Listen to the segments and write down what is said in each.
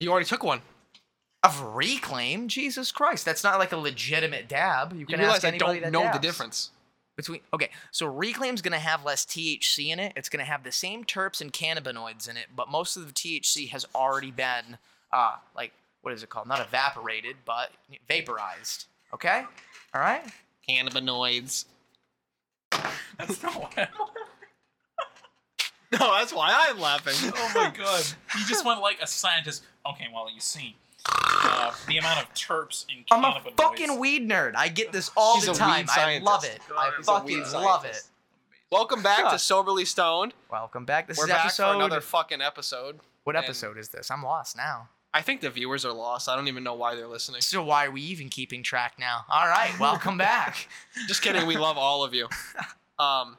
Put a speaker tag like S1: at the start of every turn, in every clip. S1: You already took one.
S2: Of reclaim, Jesus Christ, that's not like a legitimate dab. You
S1: You
S2: can
S1: realize
S2: ask
S1: I
S2: anybody
S1: don't
S2: that
S1: know the
S2: dabs.
S1: difference.
S2: between. Okay, so reclaim's gonna have less THC in it. It's gonna have the same terps and cannabinoids in it, but most of the THC has already been, uh, like what is it called? Not evaporated, but vaporized. Okay, all right.
S1: Cannabinoids.
S3: That's not what I'm
S1: No, that's why I'm laughing.
S3: Oh my god. You just want like a scientist. Okay, well, you see. Uh, the amount of terps in
S2: I'm a
S3: cannabinoids-
S2: fucking weed nerd. I get this all
S1: He's
S2: the
S1: a weed
S2: time. I love it.
S1: scientist.
S2: I
S3: He's a
S2: fucking
S1: weed
S2: love it.
S1: scientist. Welcome back to
S2: God.
S1: Soberly Stoned.
S2: Welcome back. This
S1: We're
S2: is
S1: back
S2: episode.
S1: for another fucking episode.
S2: what
S1: and-
S2: episode is this? I'm lost now.
S1: I think the viewers are lost. I don't even know why they're listening.
S2: So why are we even keeping track now? All right, welcome back.
S1: Just kidding. We love all of you. Um,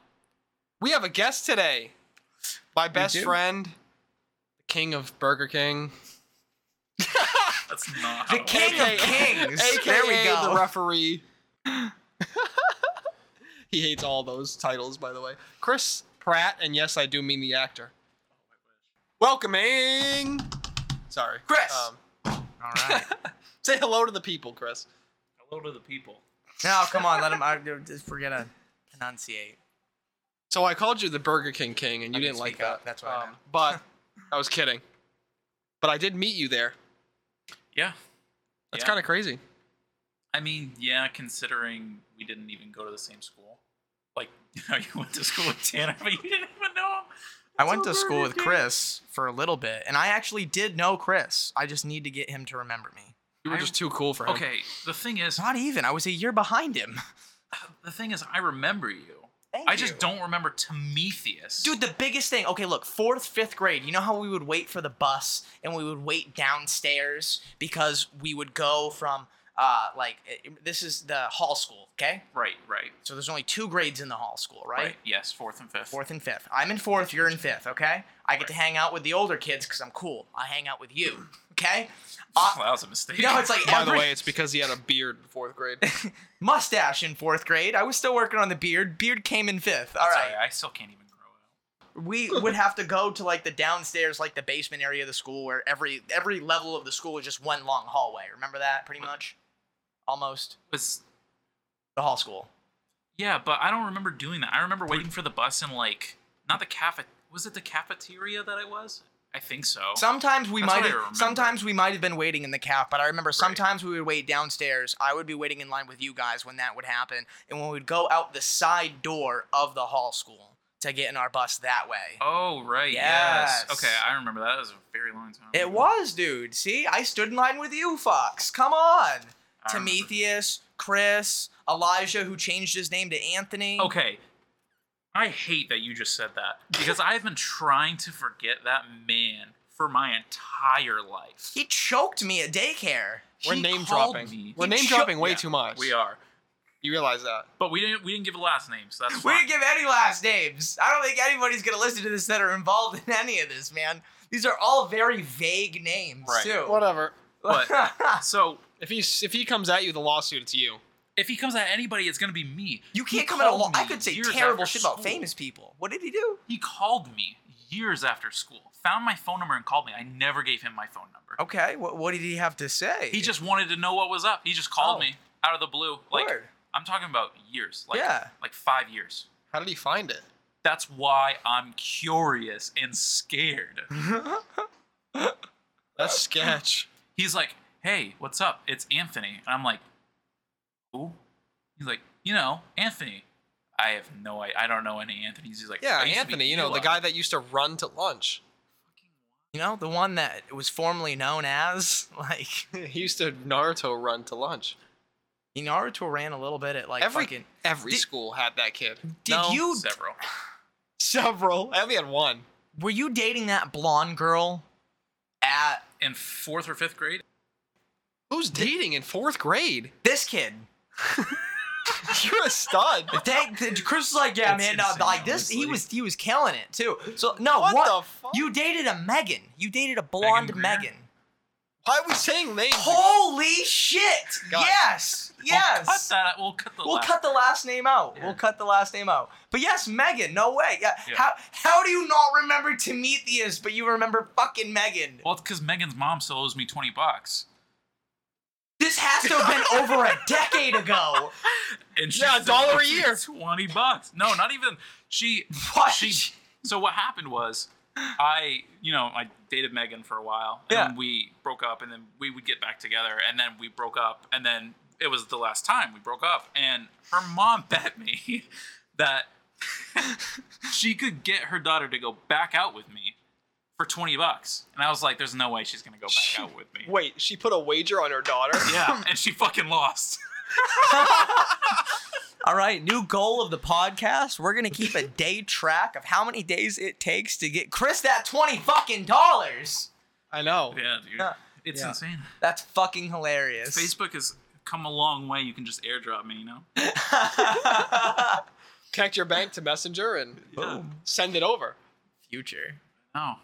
S1: we have a guest today. My best
S2: do.
S1: friend, the king of Burger King,
S3: That's not.
S2: The
S3: how it
S2: king
S3: works.
S2: of kings.
S1: aka
S2: there we go.
S1: the referee. he hates all those titles, by the way. Chris Pratt, and yes, I do mean the actor. Welcoming. Sorry,
S2: Chris.
S1: Um,
S2: all right.
S1: say hello to the people, Chris.
S3: Hello to the people.
S2: No, come on. Let him. I, just, we're gonna enunciate.
S1: So I called you the Burger King King, and you
S2: I
S1: didn't
S2: can
S1: like
S2: speak
S1: that. Um,
S2: up, that's what I meant.
S1: but I was kidding. But I did meet you there.
S3: Yeah.
S1: That's
S3: Yeah.
S1: kind of crazy.
S3: I mean, yeah, considering we didn't even go to the same school. Like, you know, you went to school with Tanner, but you didn't even know him.
S2: I went
S3: It's
S2: to
S3: a
S2: school
S3: Burger
S2: with
S3: King.
S2: Chris for a little bit, and I actually did know Chris. I just need to get him to remember me.
S1: You were
S3: I-
S1: just too cool for him.
S3: Okay, the thing is,
S2: Not even. I was a year behind him.
S3: the thing is, I remember you.
S2: Thank
S3: I just
S2: you.
S3: don't remember Prometheus.
S2: Dude, the biggest thing. Okay, look, fourth, fifth grade. You know how we would wait for the bus and we would wait downstairs because we would go from uh like it- this is the hall school. Okay,
S3: Right, right,
S2: so there's only two grades in the hall school,
S3: right.
S2: right?
S3: Yes, fourth and fifth.
S2: Fourth and fifth. I'm in fourth. You're in fifth. Okay. I get to hang out with the older kids because I'm cool. I hang out with you. Okay.
S3: Well,
S2: Uh,
S3: that was a mistake.
S2: you know, it's like
S1: By
S2: every
S1: the way, it's because he had a beard in fourth grade.
S2: mustache in fourth grade. I was still working on the beard. Beard came in fifth. All
S3: Sorry,
S2: right.
S3: I still can't even grow out.
S2: we would have to go to like the downstairs, like the basement area of the school, where every every level of the school was just one long hallway. Remember that pretty much, almost
S3: Was
S2: the hall school.
S3: yeah, but I don't remember doing that. I remember waiting for the bus in like not the cafe. Was it the cafeteria that I was? I think so.
S2: Sometimes we
S3: Oh. That's what
S2: might
S3: I
S2: have,
S3: remember.
S2: sometimes we might have been waiting in the calf, but I remember sometimes we would wait downstairs. I would be waiting in line with you guys when that would happen, and when we'd go out the side door of the hall school to get in our bus that way.
S3: oh right. Yes.
S2: Yes.
S3: Okay, I remember that. That was a very long time.
S2: It
S3: ago.
S2: was, dude. See, I stood in line with you, Fox. Come on.
S3: I remember.
S2: Prometheus, Chris, Elijah, who changed his name to Anthony.
S3: Okay. I hate that you just said that because I've been trying to forget that man for my entire life.
S2: He choked me at daycare.
S1: We're
S3: He
S1: name
S3: called
S1: dropping.
S3: me.
S1: We're
S2: He
S1: name
S2: cho-
S1: dropping way
S3: Yeah,
S1: too much.
S3: We are,
S1: You realize that?
S3: but we didn't. We didn't give a last name, so that's
S2: We
S3: fine.
S2: didn't give any last names. I don't think anybody's gonna listen to this that are involved in any of this, man. These are all very vague names
S3: Right.
S2: too.
S1: Whatever.
S3: But- so
S1: If he if he comes at you with a lawsuit, it's you.
S3: if he comes at anybody, it's gonna be me.
S2: you
S3: He
S2: can't come at a
S3: called
S2: law. I
S3: me
S2: could say
S3: years
S2: terrible
S3: after
S2: shit about
S3: school.
S2: famous people. What did he do?
S3: He called me years after school, found my phone number, and called me. I never gave him my phone number.
S2: Okay, what what did he have to say?
S3: He just wanted to know what was up. He just called
S2: Oh.
S3: me out of the blue. Like
S2: Word.
S3: I'm talking about years. Like
S2: Yeah.
S3: like five years.
S1: How did he find it?
S3: That's why I'm curious and scared.
S1: That's sketch.
S3: He's like, "Hey, what's up? It's Anthony." And I'm like, "Who?" He's like, "You know, Anthony." I have no I I don't know any Anthony's. He's like,
S1: Yeah,
S3: "I used to be
S1: Anthony. You know the
S3: Eli."
S1: guy that used to run to lunch.
S2: you know, the one that was formerly known as like
S1: he used to Naruto run to lunch.
S2: Naruto ran a little bit at like
S1: every
S2: fucking
S1: every
S2: Did-
S1: school had that kid.
S2: Did
S1: No,
S2: you
S3: several.
S1: Several. I only had one.
S2: were you dating that blonde girl at
S3: In 4th or 5th grade,
S1: Who's dating in fourth grade?
S2: this kid?
S1: You're a stud.
S2: Thank th- Chris was like, yeah,
S3: It's
S2: man, uh,
S3: insane,
S2: like this, he
S3: honestly.
S2: was he was killing it too. So no,
S1: What
S2: what,
S1: the fuck?
S2: You dated a Megan. You dated a blonde
S3: Megan Greer? Oh
S2: Megan.
S1: Why are we saying names?
S2: Holy shit!
S1: God.
S2: Yes,
S3: We'll cut
S2: yes.
S3: that. We'll cut the.
S2: We'll
S3: last-
S2: cut the last name out.
S3: Yeah.
S2: We'll cut the last name out. But yes, Megan. No way. Yeah.
S3: Yeah.
S2: How how do you not remember Prometheus, but you remember fucking Megan?
S3: Well, it's because Megan's mom still owes me twenty bucks,
S2: This has to have been over a decade ago.
S3: and she
S1: Yeah, a
S3: still
S1: dollar a
S3: owes me
S1: year.
S3: Twenty bucks? No, not even. She.
S2: What?
S3: She. So what happened was, I, you know, I dated Megan for a while, and
S2: Yeah.
S3: then we broke up, and then we would get back together, and then we broke up, and then it was the last time we broke up, and her mom bet me that she could get her daughter to go back out with me for twenty bucks, and I was like, "There's no way she's gonna go back out with me."
S1: Wait, she put a wager on her daughter.
S3: Yeah, and she fucking lost.
S2: All right, new goal of the podcast. We're gonna keep a day track of how many days it takes to get Chris that twenty fucking dollars.
S1: I know.
S3: Yeah, dude.
S2: Yeah.
S3: It's
S2: Yeah.
S3: insane.
S2: That's fucking hilarious.
S3: Facebook has come a long way. You can just airdrop me, you know?
S1: Connect your bank to Messenger and
S2: Boom.
S1: send it over.
S2: Future.
S3: No.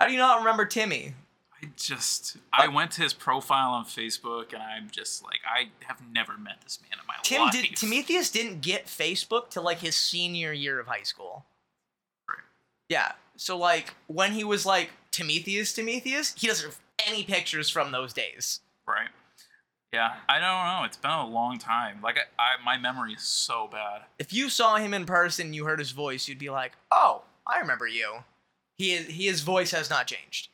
S2: How do you not remember Timmy?
S3: I just, I went to his profile on Facebook and I'm just like, I have never met this man in my
S2: Tim
S3: life.
S2: did, Timotheus didn't get Facebook till like his senior year of high school.
S3: Right.
S2: Yeah. So like when he was like Timotheus, Timotheus, he doesn't have any pictures from those days.
S3: Right. Yeah. I don't know. It's been a long time. Like, I, I my memory is so bad.
S2: If you saw him in person, you heard his voice, you'd be like, "Oh, I remember you." He is, he, his voice has not changed.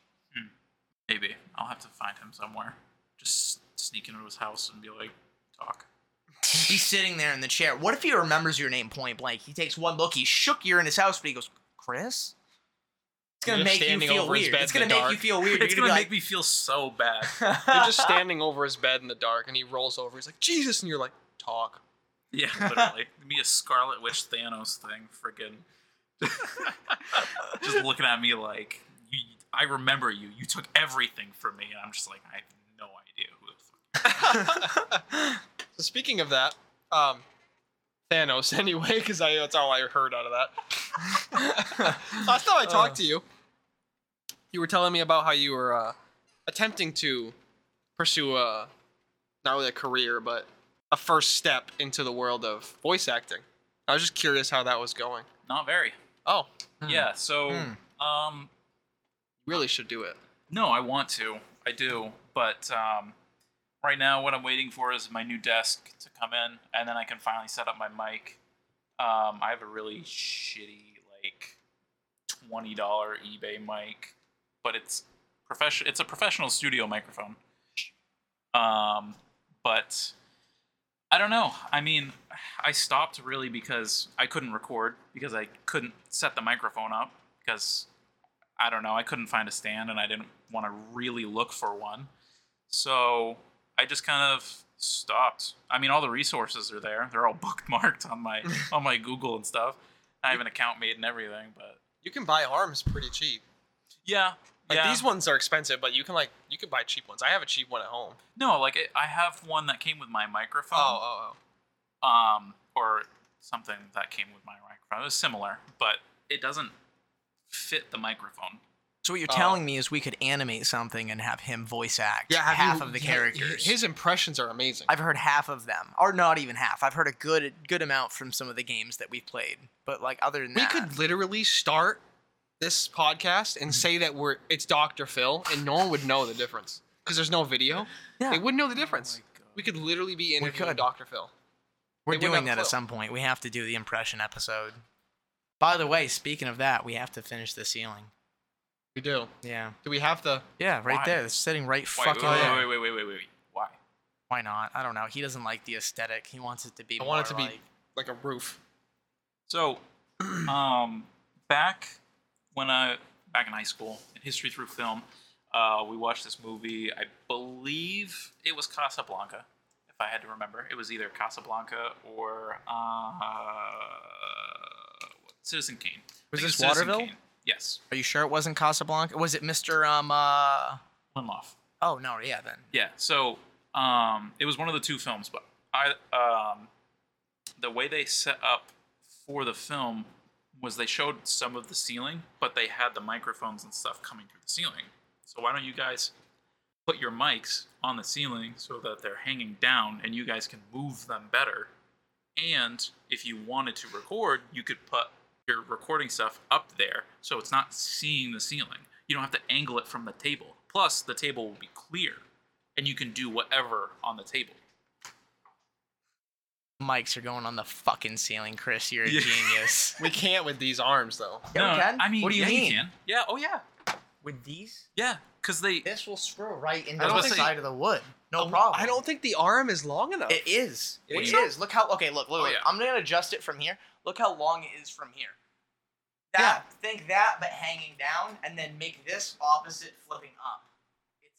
S3: Maybe. I'll have to find him somewhere. Just sneak into his house and be like, talk.
S2: He's sitting there in the chair. What if he remembers your name point blank? He takes one look. He shook. You're in his house, but he goes, "Chris." It's gonna
S1: You're
S2: make you
S1: standing
S2: feel
S1: over his
S2: weird.
S1: bed
S2: It's
S1: in
S2: gonna
S1: the
S2: make
S1: dark.
S2: you feel weird.
S3: It's
S2: You're
S3: going
S2: gonna
S3: to
S2: be
S3: make me feel so bad.
S2: like,
S1: You're just standing over his bed in the dark and he rolls over. He's like, Jesus. And you're like, talk.
S3: Yeah, literally. It'd be a Scarlet Witch Thanos thing, freaking. just looking at me like, you, I remember you. You took everything from me. And I'm just like, I have no idea who the fuck.
S1: So speaking of that, um, Thanos anyway, because that's all I heard out of that. Last time I talked to you, you were telling me about how you were uh, attempting to pursue a not really a career, but a first step into the world of voice acting. I was just curious how that was going.
S3: Not very.
S1: Oh,
S3: Yeah, so, um,
S1: you really should do it.
S3: no, I want to. I do. But, um, right now, what I'm waiting for is my new desk to come in, and then I can finally set up my mic. Um, I have a really shitty, like, $20 eBay mic, but it's profession it's a professional studio microphone. Um, but I don't know. I mean, I stopped really because I couldn't record because I couldn't set the microphone up because I don't know. I couldn't find a stand and I didn't want to really look for one. So I just kind of stopped. I mean, all the resources are there. They're all bookmarked on my on my Google and stuff. I have an account made and everything, but
S1: You can buy arms pretty cheap.
S3: yeah,
S1: Like
S3: yeah.
S1: these ones are expensive, but you can like you can buy cheap ones. I have a cheap one at home.
S3: No, like it, I have one that came with my microphone.
S1: Oh, oh,
S3: um, or something that came with my microphone. It was similar, but it doesn't fit the microphone.
S2: So what you're
S1: Oh.
S2: telling me is we could animate something and have him voice act
S1: Yeah, have
S2: half
S1: you-
S2: of the
S1: yeah,
S2: characters.
S1: His impressions are amazing.
S2: I've heard half of them, or not even half. I've heard a good good amount from some of the games that we've played, but like other than
S1: we
S2: that, Mm-hmm.
S1: could literally start this podcast and say that we're it's Dr. Phil, and no one would know the difference because there's no video.
S2: Yeah. Oh
S1: They wouldn't know the difference. we could literally be interviewing
S2: could.
S1: Dr. Phil.
S2: we're
S1: they wouldn't
S2: doing
S1: have a
S2: that at
S1: clue.
S2: some point. We have to do the impression episode. By the way, speaking of that, we have to finish the ceiling.
S1: We do.
S2: Yeah,
S1: Do we have the?
S2: yeah, right
S3: Why?
S2: there. It's sitting right
S3: Wait,
S2: fucking.
S3: wait,
S2: there.
S3: wait, wait, wait, wait, wait, wait. Why?
S2: Why not? I don't know. He doesn't like the aesthetic. He wants it to be.
S1: I want it
S2: more
S1: to be
S2: like-
S1: like a roof.
S3: So, um, back when I back in high school in history through film, uh, we watched this movie. I believe it was Casablanca, if I had to remember. It was either Casablanca or uh, Citizen Kane. I
S2: Was
S3: think
S2: this
S3: it Citizen
S2: Waterville?
S3: Kane. Yes,
S2: Are you sure it wasn't Casablanca? Was it Mr. Um? Uh...
S3: Lindelof.
S2: Oh no, yeah, then
S3: Yeah. So um, it was one of the two films, but I um, the way they set up for the film was they showed some of the ceiling, but they had the microphones and stuff coming through the ceiling. So why don't you guys put your mics on the ceiling so that they're hanging down and you guys can move them better. And if you wanted to record, you could put your recording stuff up there so it's not seeing the ceiling. You don't have to angle it from the table. Plus, the table will be clear and you can do whatever on the table.
S2: Mics are going on the fucking ceiling, Chris. You're a
S3: Yeah.
S2: genius.
S1: We can't with these arms though.
S2: Yeah, we can.
S3: I mean,
S2: What do you
S3: yeah,
S2: mean?
S3: You can. Yeah, oh yeah.
S2: With these,
S3: Yeah, because they.
S2: this will screw right into
S1: I
S2: the
S1: don't
S3: think-
S2: side of the wood. No
S1: um,
S2: problem.
S1: I don't think the arm is long enough.
S2: It is.
S1: You
S2: It
S1: think
S2: is.
S1: so?
S2: Look how. Okay, look, look.
S3: Oh,
S2: look.
S3: yeah.
S2: I'm gonna adjust it from here. Look how long it is from here. That, Think that, but hanging down, and then make this opposite flipping up. It's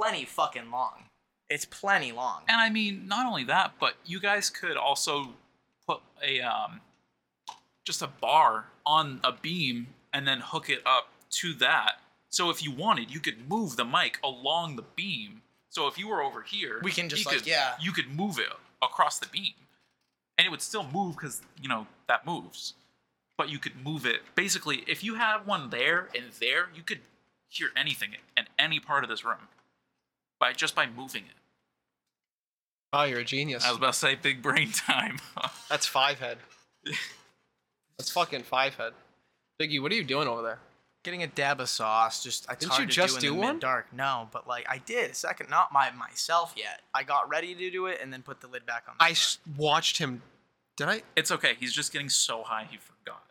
S2: plenty fucking long. It's plenty long.
S3: And I mean, not only that, but you guys could also put a um, just a bar on a beam and then hook it up to that. So if you wanted, you could move the mic along the beam. So if you were over here,
S2: We can just,
S3: you
S2: like,
S3: could,
S2: yeah.
S3: you could move it across the beam, and it would still move because you know that moves. But you could move it basically if you had one there and there, you could hear anything in any part of this room by just by moving it.
S1: Oh, you're a genius.
S3: I was about to say big brain time.
S1: That's five head. That's fucking five head. Biggie, what are you doing over there?
S2: Getting a dab of sauce, just I
S1: Didn't you just do one?
S2: Dark, no, but like I did a second, not my myself yet. I got ready to do it and then put the lid back on. the
S1: I
S2: fire.
S1: s- watched him. Did I?
S3: it's okay. He's just getting so high he forgot.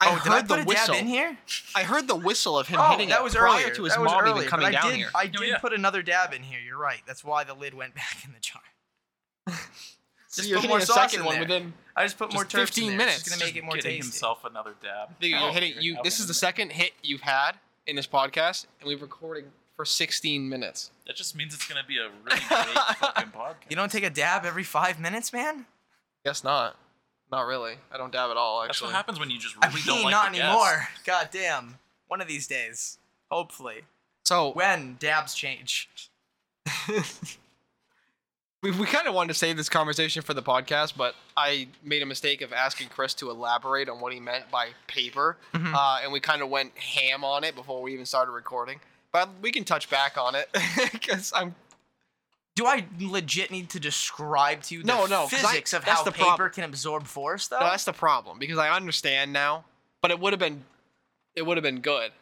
S1: I
S2: oh,
S1: heard
S2: did I put
S1: the
S2: a
S1: whistle.
S2: dab in here?
S1: I heard the whistle of him
S2: oh,
S1: hitting
S2: that
S1: it
S2: was
S1: prior
S2: earlier.
S1: to his
S2: that was
S1: mom
S2: earlier,
S1: even
S2: but
S1: coming
S2: I
S1: down
S2: did,
S1: here.
S2: I did
S3: Oh, yeah.
S2: put another dab in here. You're right. That's why the lid went back in the jar.
S1: so
S2: just
S1: you're
S2: put
S1: hitting
S2: more
S1: a
S2: sauce
S1: second
S2: in
S1: one
S2: there.
S1: within.
S2: I just put more
S1: Just
S2: turps
S1: 15
S2: in there. It's
S1: minutes,
S2: just gonna
S3: Just
S2: make it more
S3: getting
S2: tasty.
S3: himself another dab.
S1: Biggie, you're
S3: Oh,
S1: hitting. You.
S3: okay.
S1: This is the second hit you've had in this podcast, and we've recording for 16 minutes.
S3: That just means it's gonna be a really great fucking podcast.
S2: You don't take a dab every five minutes, man.
S1: Guess not. Not really. I don't dab at all.
S3: That's
S1: Actually.
S3: what happens when you just
S2: I
S3: really don't
S2: mean,
S3: like
S2: not
S3: the guest.
S2: anymore. God damn. One of these days, hopefully,
S1: So
S2: when dabs change.
S1: we, we kind of wanted to save this conversation for the podcast, but I made a mistake of asking Chris to elaborate on what he meant by paper,
S2: Mhm.
S1: uh, and we kind of went ham on it before we even started recording. But we can touch back on it because I'm
S2: Do I legit need to describe to you the
S1: No, no, 'cause I-
S2: physics of
S1: that's
S2: how
S1: the
S2: paper
S1: problem.
S2: can absorb force, though?
S1: no, that's the problem because I understand now, but it would have been it would have been good.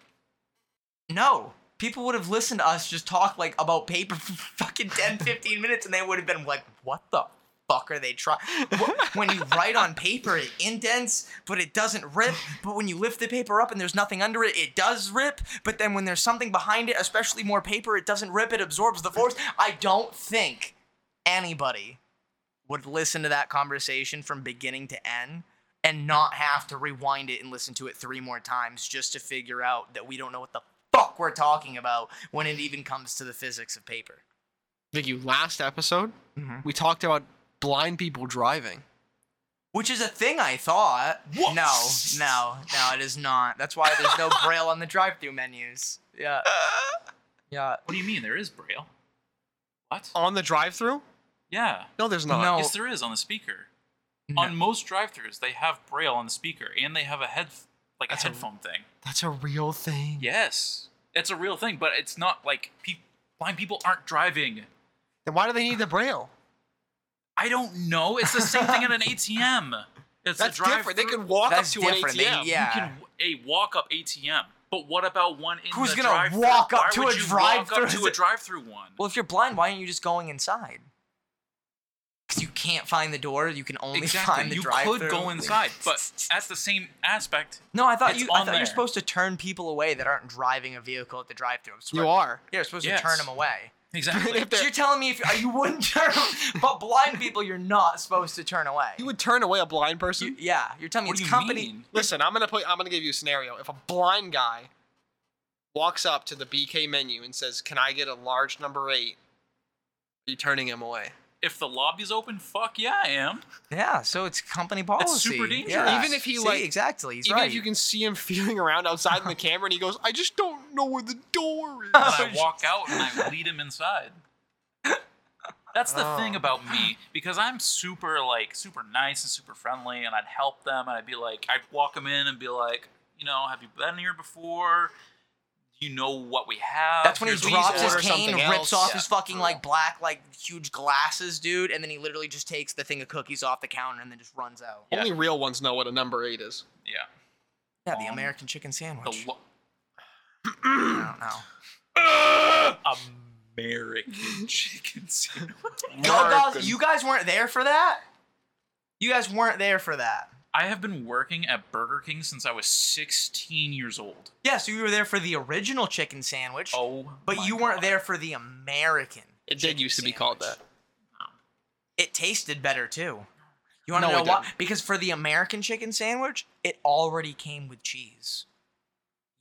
S2: No. People would have listened to us just talk like about paper for fucking 10, 15 minutes and they would have been like, what the fuck are they trying? When you write on paper, it indents, but it doesn't rip. But when you lift the paper up and there's nothing under it, it does rip. But then when there's something behind it, especially more paper, it doesn't rip, it absorbs the force. I don't think anybody would listen to that conversation from beginning to end and not have to rewind it and listen to it three more times just to figure out that we don't know what the fuck we're talking about when it even comes to the physics of paper.
S1: Vicky, last episode
S2: Mhm.
S1: we talked about blind people driving.
S2: Which is a thing I thought. No, no, no, it is not. That's why there's no braille on the drive-through menus. Yeah. Uh, Yeah.
S3: What do you mean? There is braille. What?
S2: Oh.
S1: On the drive-through?
S3: Yeah.
S1: No, there's not.
S2: No.
S3: Yes, there is on the speaker.
S2: No.
S3: On most drive-throughs, they have braille on the speaker, and they have a head like
S1: That's
S3: a
S1: a-
S3: headphone thing.
S1: That's a real thing.
S3: Yes, it's a real thing, but it's not like pe- blind people aren't driving.
S1: Then why do they need the braille?
S3: I don't know. It's the same thing at an ATM. It's
S1: That's
S3: a drive
S1: different. They could walk
S2: That's
S1: up to
S2: different.
S1: an
S2: They-
S1: ATM.
S2: yeah.
S3: You can w- a walk up ATM, but what about one in
S2: Who's
S3: the
S2: gonna
S3: drive-thru?
S2: walk up
S3: Why
S2: to
S3: would
S2: a
S3: you walk up
S2: drive-thru?
S3: to a drive-through one?
S2: Well, if you're blind, why aren't you just going inside? Because you can't find the door. You can only
S3: exactly.
S2: find the
S3: you
S2: drive-through.
S3: could go inside, but that's the same aspect.
S2: No, I thought
S3: It's
S2: you. I
S3: on
S2: thought you're
S3: there.
S2: supposed to turn people away that aren't driving a vehicle at the drive-through.
S1: You are.
S2: Yeah, you're supposed
S3: Yes.
S2: to turn them away.
S3: Exactly.
S1: If they're-
S2: So you're telling me if you wouldn't turn, but blind people you're not supposed to turn away.
S1: You would turn away a blind person.
S2: You- yeah, you're telling me
S3: What
S2: it's
S3: do you
S2: company.
S3: mean?
S1: Listen, I'm gonna put. I'm gonna give you a scenario. If a blind guy walks up to the BK menu and says, "Can I get a large number eight? Are you turning him away?
S3: If the lobby's open, fuck yeah, I am.
S2: Yeah, so it's company policy.
S3: super
S2: Yeah.
S3: dangerous.
S1: Even if he,
S2: See,
S1: like-
S2: exactly, he's
S1: Even
S2: right.
S1: if you can see him feeling around outside in the camera, and he goes, "I just don't know where the door is."
S3: And I walk out and I lead him inside. That's the
S2: Oh.
S3: thing about me because I'm super like super nice and super friendly, and I'd help them, and I'd be like, I'd walk them in and be like, you know, have you been here before? you know what we have.
S2: That's when he
S3: here's what
S2: drops
S3: he's
S2: his
S3: ordered.
S2: cane,
S1: something
S2: rips
S1: else.
S2: off
S1: Yeah.
S2: his fucking like black like huge glasses, dude, and then he literally just takes the thing of cookies off the counter and then just runs out.
S3: Yeah.
S1: Only real ones know what a number eight is.
S3: Yeah.
S2: Yeah, the
S3: Um,
S2: American chicken sandwich.
S3: The lo-
S2: I don't know.
S3: American chicken sandwich.
S2: Y'all guys, you guys weren't there for that. You guys weren't there for that.
S3: I have been working at Burger King since I was 16 years old.
S2: Yeah, so you were there for the original chicken sandwich,
S3: Oh,
S2: but
S3: my
S2: you weren't
S3: God.
S2: there for the American.
S1: It did used to be called that.
S2: sandwich. It tasted better too. You want to
S1: No,
S2: know
S1: it
S2: why?
S1: didn't.
S2: Because for the American chicken sandwich, it already came with cheese.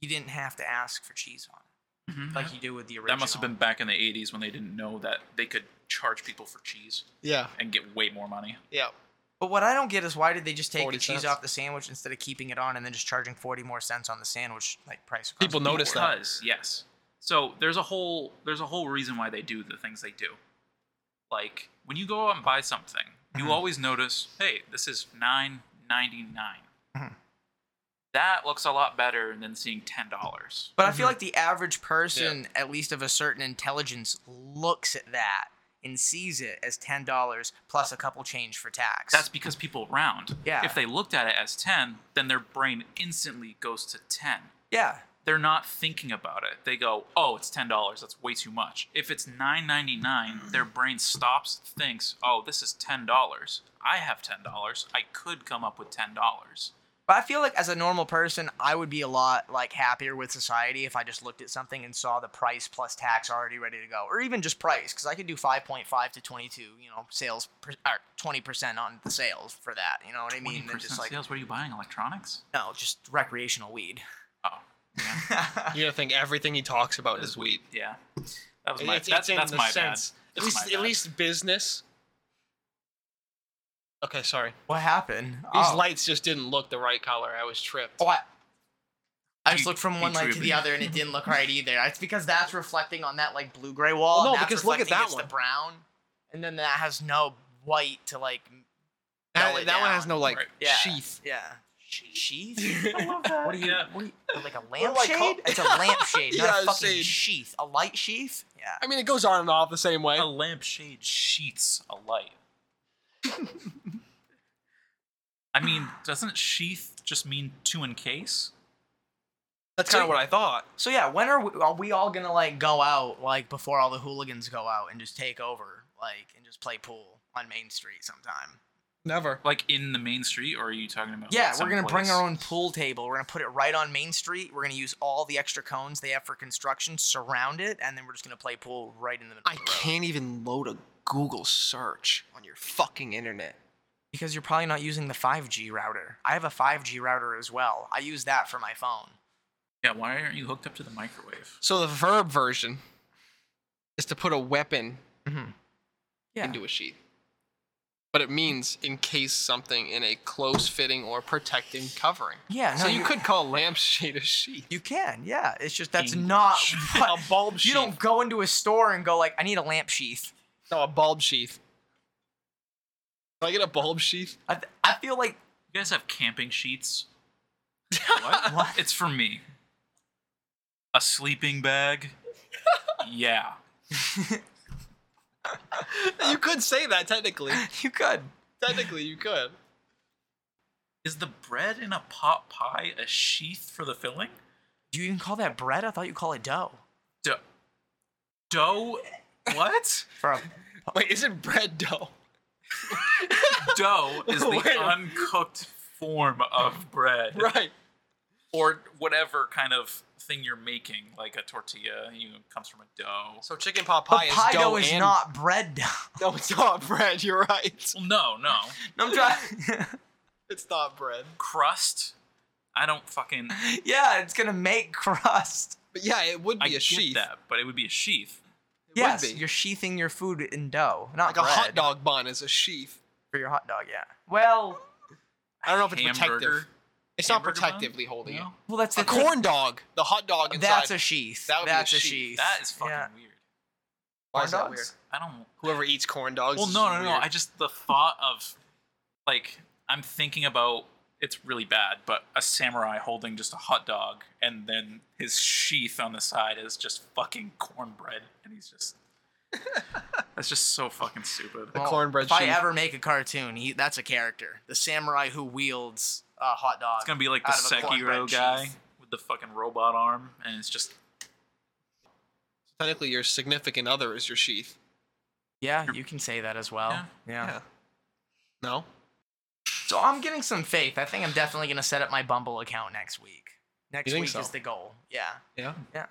S2: You didn't have to ask for cheese on it
S3: Mhm.
S2: like you do with the original.
S3: That must have been back in the 80s when they didn't know that they could charge people for cheese
S1: Yeah,
S3: and get way more money.
S1: yeah.
S2: But what I don't get is why did they just take
S1: 40
S2: the cheese
S1: cents.
S2: off the sandwich instead of keeping it on and then just charging forty more cents on the sandwich like price? across
S1: People
S2: the
S1: notice
S2: board?
S1: that.
S3: Because yes, so there's a whole there's a whole reason why they do the things they do. Like when you go out and buy something,
S2: Mhm.
S1: Mm-hmm.
S3: you always notice, hey, this is nine ninety
S1: Mm-hmm.
S2: Mhm.
S3: That looks a lot better than seeing ten dollars.
S2: But I feel like the average person, at least of a certain intelligence, looks at that and sees it as ten dollars plus a couple change for tax.
S3: That's because people round.
S2: Yeah.
S3: If they looked at it as ten, then their brain instantly goes to ten.
S2: yeah,
S3: They're not thinking about it. They go, "Oh, it's ten dollars. That's way too much." If it's nine ninety nine,
S2: Mm.
S3: their brain stops, thinks, "Oh, this is ten dollars. I have ten dollars. I could come up with ten dollars."
S2: but I feel like as a normal person, I would be a lot like happier with society if I just looked at something and saw the price plus tax already ready to go, or even just price, because I could do five point five to twenty two, you know, sales per, or twenty percent on the sales for that. You know what I mean?
S3: Twenty
S2: They're
S3: percent
S2: just like
S3: sales. What are you buying? Electronics?
S2: no, just recreational weed.
S3: Oh,
S1: You gotta think everything he talks about is weed.
S3: yeah. That was my.
S1: It's-
S3: that's
S1: it's in
S3: that's
S1: the
S3: my
S1: sense-
S3: bad.
S1: At
S3: That's
S1: least,
S3: my
S1: at
S3: bad.
S1: least business. Okay, sorry.
S2: what happened?
S1: These
S2: Oh.
S1: lights just didn't look the right color. I was tripped.
S2: Oh, I, I just
S3: You-
S2: looked from
S3: you
S2: one light to
S3: drew
S2: the
S3: me.
S2: other, and it didn't look right either. It's because that's reflecting on that like blue-gray wall.
S1: Well, no,
S2: and that's
S1: because look at that
S2: reflecting against
S1: one.
S2: The brown, and then that has no white to like. m- dull
S1: that
S2: it
S1: that one has
S2: down.
S1: no like
S3: Right.
S2: Yeah.
S1: sheath.
S2: Yeah. Sheath?
S3: I love that.
S2: What do you?
S3: Yeah.
S2: What do you? Like a
S1: do I
S2: lampshade?
S1: call-
S2: it's a lampshade, not
S1: Yeah,
S2: a fucking
S1: shade.
S2: sheath. A light sheath? Yeah.
S1: I mean, it goes on and off the same way.
S3: A lampshade sheaths a light. I mean, doesn't sheath just mean to encase?
S1: That's
S2: so
S1: kind of
S2: you-
S1: what I thought.
S2: So yeah, when are we, are we all gonna like go out like before all the hooligans go out and just take over like and just play pool on Main Street sometime?
S1: Never.
S3: Like in the main street, or are you talking about?
S2: Yeah,
S3: like,
S2: we're gonna bring
S3: someplace-
S2: our own pool table. We're gonna put it right on Main Street. We're gonna use all the extra cones they have for construction, surround it, and then we're just gonna play pool right in the middle.
S1: I
S2: of the road.
S1: can't even load a Google search on your fucking internet.
S2: because you're probably not using the 5G router. I have a 5G router as well. I use that for my phone.
S3: Yeah, why aren't you hooked up to the microwave?
S1: So the verb version is to put a weapon
S2: Mm-hmm. Yeah.
S1: into a sheath. But it means encase something in a close fitting or protecting covering.
S2: yeah.
S1: So
S2: no,
S1: you could call lampshade a sheath.
S2: You can. Yeah. It's just that's
S3: English.
S2: not.
S1: A
S2: What,
S1: bulb sheath.
S2: you don't go into a store and go like, I need a lamp sheath.
S1: No, a bulb sheath. Can I get a bulb sheath?
S2: I, th- I feel like
S3: You guys have camping sheets. What?
S2: What?
S3: It's for me. A sleeping bag. yeah.
S1: you could say that technically.
S2: you could.
S1: technically, you could.
S3: Is the bread in a pot pie a sheath for the filling?
S2: Do you even call that bread? I thought you call it dough.
S3: Dough. Dough. What?
S2: For a,
S1: Wait, isn't bread dough?
S3: Dough is
S1: Wait
S3: the
S1: a-
S3: uncooked form of bread,
S1: Right.
S3: or whatever kind of thing you're making, like a tortilla. You know, comes from a dough.
S1: So chicken pot
S2: but
S1: pie is
S2: pie
S1: dough
S2: dough is
S1: and-
S2: not bread dough.
S1: No, it's not bread. You're right.
S3: Well, no, no.
S2: I'm trying.
S1: It's not bread.
S3: Crust. I don't fucking.
S2: yeah, it's gonna make crust.
S1: But yeah, it would be
S3: I
S1: a
S3: get
S1: sheath.
S3: that, but it would be a sheath.
S1: It
S2: yes,
S1: would be.
S2: you're sheathing your food in dough, not
S1: like a hot
S2: bread.
S1: dog bun is a sheath.
S2: for your hot dog. Yeah. Well,
S1: I don't know if it's
S3: Hamburger.
S1: protective. It's not
S3: Hamburger bun?
S1: protectively holding
S3: No?
S2: well, that's
S1: it.
S2: the
S1: A corn dog. The hot dog inside.
S2: That's a sheath.
S1: That would be a
S2: that's a
S1: sheath.
S2: sheath.
S3: That is fucking
S2: Yeah.
S3: weird.
S1: Why is
S2: corn
S1: that
S2: dogs?
S1: weird?
S3: I don't.
S1: Whoever eats corn dogs.
S3: Well,
S1: is
S3: no, no, no.
S1: weird.
S3: I just the thought of, like, I'm thinking about it's really bad, but a samurai holding just a hot dog and then his sheath on the side is just fucking cornbread and he's just That's just so fucking stupid.
S1: The cornbread
S2: If I
S1: sheep.
S2: ever make a cartoon, he, that's a character. The samurai who wields a hot dog.
S3: It's gonna be like the
S2: out of a
S3: Sekiro
S2: cornbread
S3: guy
S2: sheath.
S3: with the fucking robot arm and it's just
S1: Technically, your significant other is your sheath.
S2: Yeah, you can say that as well.
S3: Yeah.
S1: Yeah. No.
S2: So I'm getting some faith. I think I'm definitely gonna set up my Bumble account next week. Next
S1: You think
S2: week
S1: so?
S2: is the goal. Yeah.
S1: Yeah.
S2: Yeah.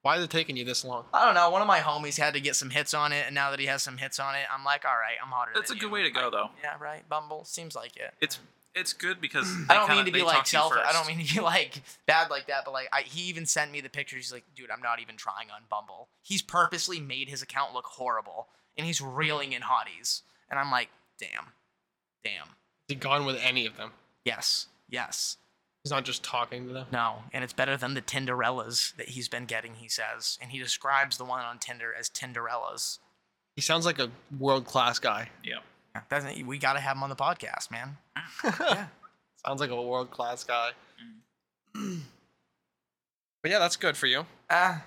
S1: Why is it taking you this long?
S2: I don't know. One of my homies had to get some hits on it, and now that he has some hits on it, I'm like, all right, I'm hotter.
S3: That's a
S2: than
S3: good
S2: you."
S3: way to go though.
S2: Yeah, right. Bumble seems like it.
S3: It's it's good because
S2: I
S3: they
S2: don't
S3: kinda-
S2: mean to be
S3: they
S2: like
S3: talk you
S2: self. I
S3: first.
S2: don't mean to be like bad like that, but like I, he even sent me the pictures. He's like, dude, I'm not even trying on Bumble. He's purposely made his account look horrible, and he's reeling in hotties. And I'm like, damn, damn.
S1: Is he gone with any of them?
S2: Yes, yes,
S1: He's not just talking to them.
S2: no. And it's better than the Tinderellas that he's been getting. He says, and he describes the one on Tinder as Tinderellas.
S1: He sounds like a world class guy.
S3: Yeah.
S2: Doesn't we gotta have him on the podcast, man? yeah.
S1: Sounds like a world class guy. but yeah, that's good for you.
S2: Uh,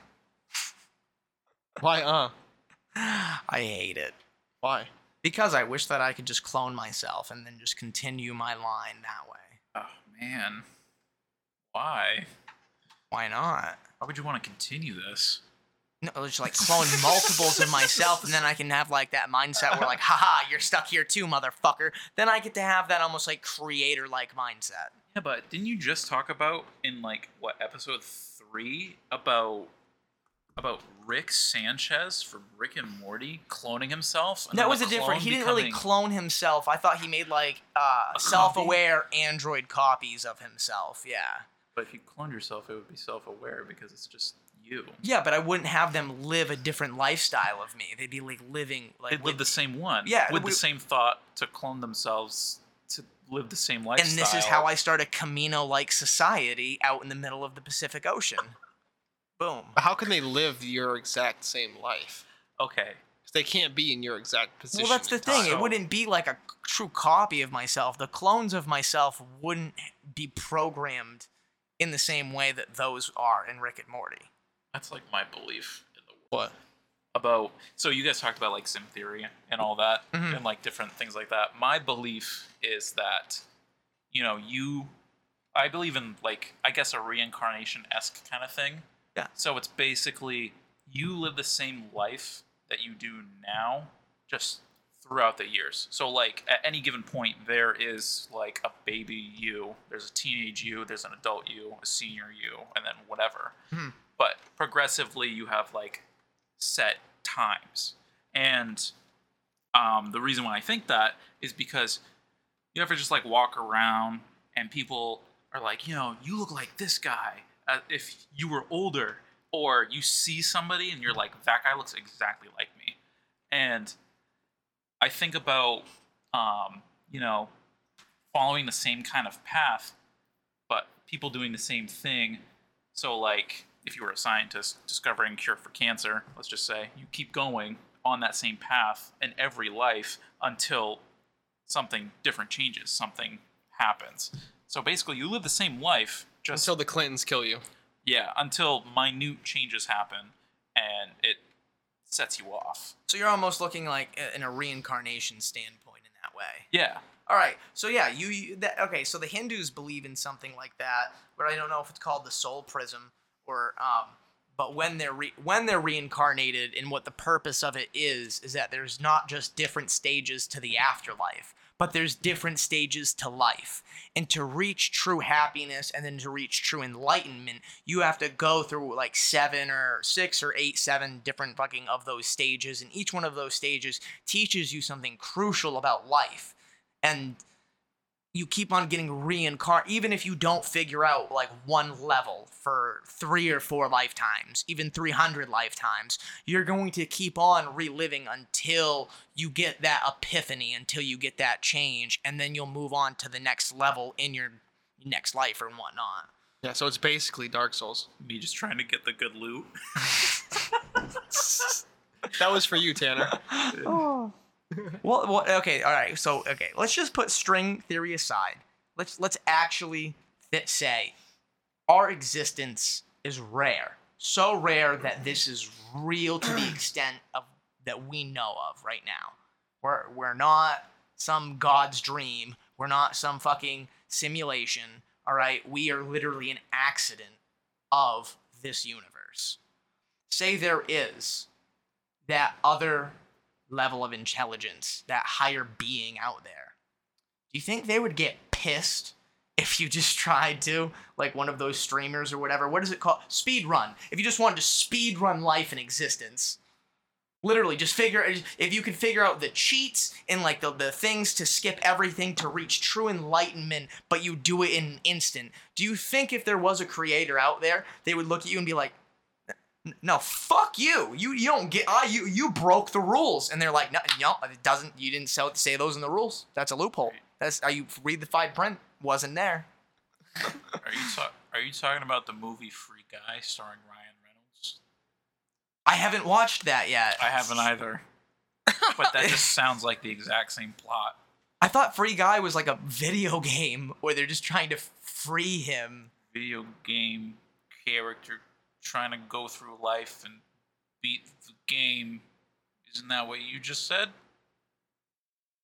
S1: Why? Uh.
S2: I hate it.
S1: Why?
S2: Because I wish that I could just clone myself and then just continue my line that way.
S3: Oh man. Why?
S2: Why not?
S3: Why would you want to continue this?
S2: No, just like clone multiples of myself, and then I can have like that mindset where like, haha, you're stuck here too, motherfucker. Then I get to have that almost like creator like mindset.
S3: Yeah, but didn't you just talk about in like what episode three about about Rick Sanchez from Rick and Morty cloning himself?
S2: that
S3: then
S2: was
S3: the
S2: a different.
S3: clone
S2: He didn't really
S3: becoming-
S2: clone himself. I thought he made like uh,
S3: A
S2: self-aware android copies of himself. Yeah.
S3: But if you cloned yourself, it would be self-aware because it's just you.
S2: Yeah, but I wouldn't have them live a different lifestyle of me. They'd be like living like
S3: They'd live
S2: with
S3: the same one.
S2: Yeah,
S3: with
S2: we-
S3: the same thought to clone themselves to live the same lifestyle.
S2: and this is how I start a Camino like society out in the middle of the Pacific Ocean. Boom.
S1: But how can they live your exact same life?
S3: Okay.
S1: 'Cause they can't be in your exact position.
S2: Well, that's the
S1: and
S2: thing.
S1: time.
S2: It wouldn't be like a c- true copy of myself. The clones of myself wouldn't be programmed in the same way that those are in Rick and Morty.
S3: That's like my belief in the world.
S1: What?
S3: about so you guys talked about like sim theory and all that
S2: Mhm.
S3: and like different things like that my belief is that you know you i believe in like i guess a reincarnation-esque kind of thing
S2: Yeah.
S3: so it's basically you live the same life that you do now just throughout the years so like at any given point there is like a baby you there's a teenage you there's an adult you a senior you and then whatever
S1: Hmm.
S3: but progressively you have like set times. And um, the reason why I think that is because you ever just like walk around and people are like, you know, you look like this guy uh, if you were older, or you see somebody and you're like, that guy looks exactly like me. And I think about, um, you know, following the same kind of path, but people doing the same thing so, like, if you were a scientist discovering cure for cancer, let's just say you keep going on that same path in every life until something different changes, something happens. So basically, you live the same life, just
S1: Until the Clintons kill you.
S3: yeah, until minute changes happen and it sets you off.
S2: So you're almost looking like uh, in a reincarnation standpoint in that way.
S3: Yeah,
S2: All right. So yeah, you, you that, okay? So the Hindus believe in something like that, but I don't know if it's called the soul prism or um. But when they're re- when they're reincarnated, and what the purpose of it is, is that there's not just different stages to the afterlife, but there's different stages to life. And to reach true happiness, and then to reach true enlightenment, you have to go through like seven or six or eight, seven different fucking of those stages, and each one of those stages teaches you something crucial about life and you keep on getting reincarnated even if you don't figure out like one level for three or four lifetimes even 300 lifetimes you're going to keep on reliving until you get that epiphany until you get that change and then you'll move on to the next level in your next life and whatnot
S1: Yeah, so it's basically Dark Souls.
S3: me just trying to get the good loot.
S1: That was for you, Tanner.
S2: well, well okay all right so okay let's just put string theory aside let's let's actually th- say our existence is rare. So rare that this is real to the extent of that we know of right now. We're we're not some god's dream. We're not some fucking simulation. All right, we are literally an accident of this universe. Say there is that other level of intelligence, that higher being out there. Do you think they would get pissed if you just tried to, like one of those streamers or whatever? What is it called? Speed run. If you just wanted to speed run life and existence. Literally, just figure if you could figure out the cheats and like the, the things to skip everything to reach true enlightenment, but you do it in an instant. Do you think if there was a creator out there, they would look at you and be like, no, fuck you. You you don't get ah you you broke the rules. And they're like, no, no, it doesn't. You didn't sell, say those in the rules. That's a loophole. That's are you read the fine print? Wasn't there?
S3: Are you ta- are you talking about the movie Free Guy starring Ryan Reynolds?
S2: I haven't watched that yet.
S3: I haven't either. But that just sounds like the exact same plot.
S2: I thought Free Guy was like a video game where they're just trying to free him.
S3: Video game character trying to go through life and beat the game. Isn't that what you just said?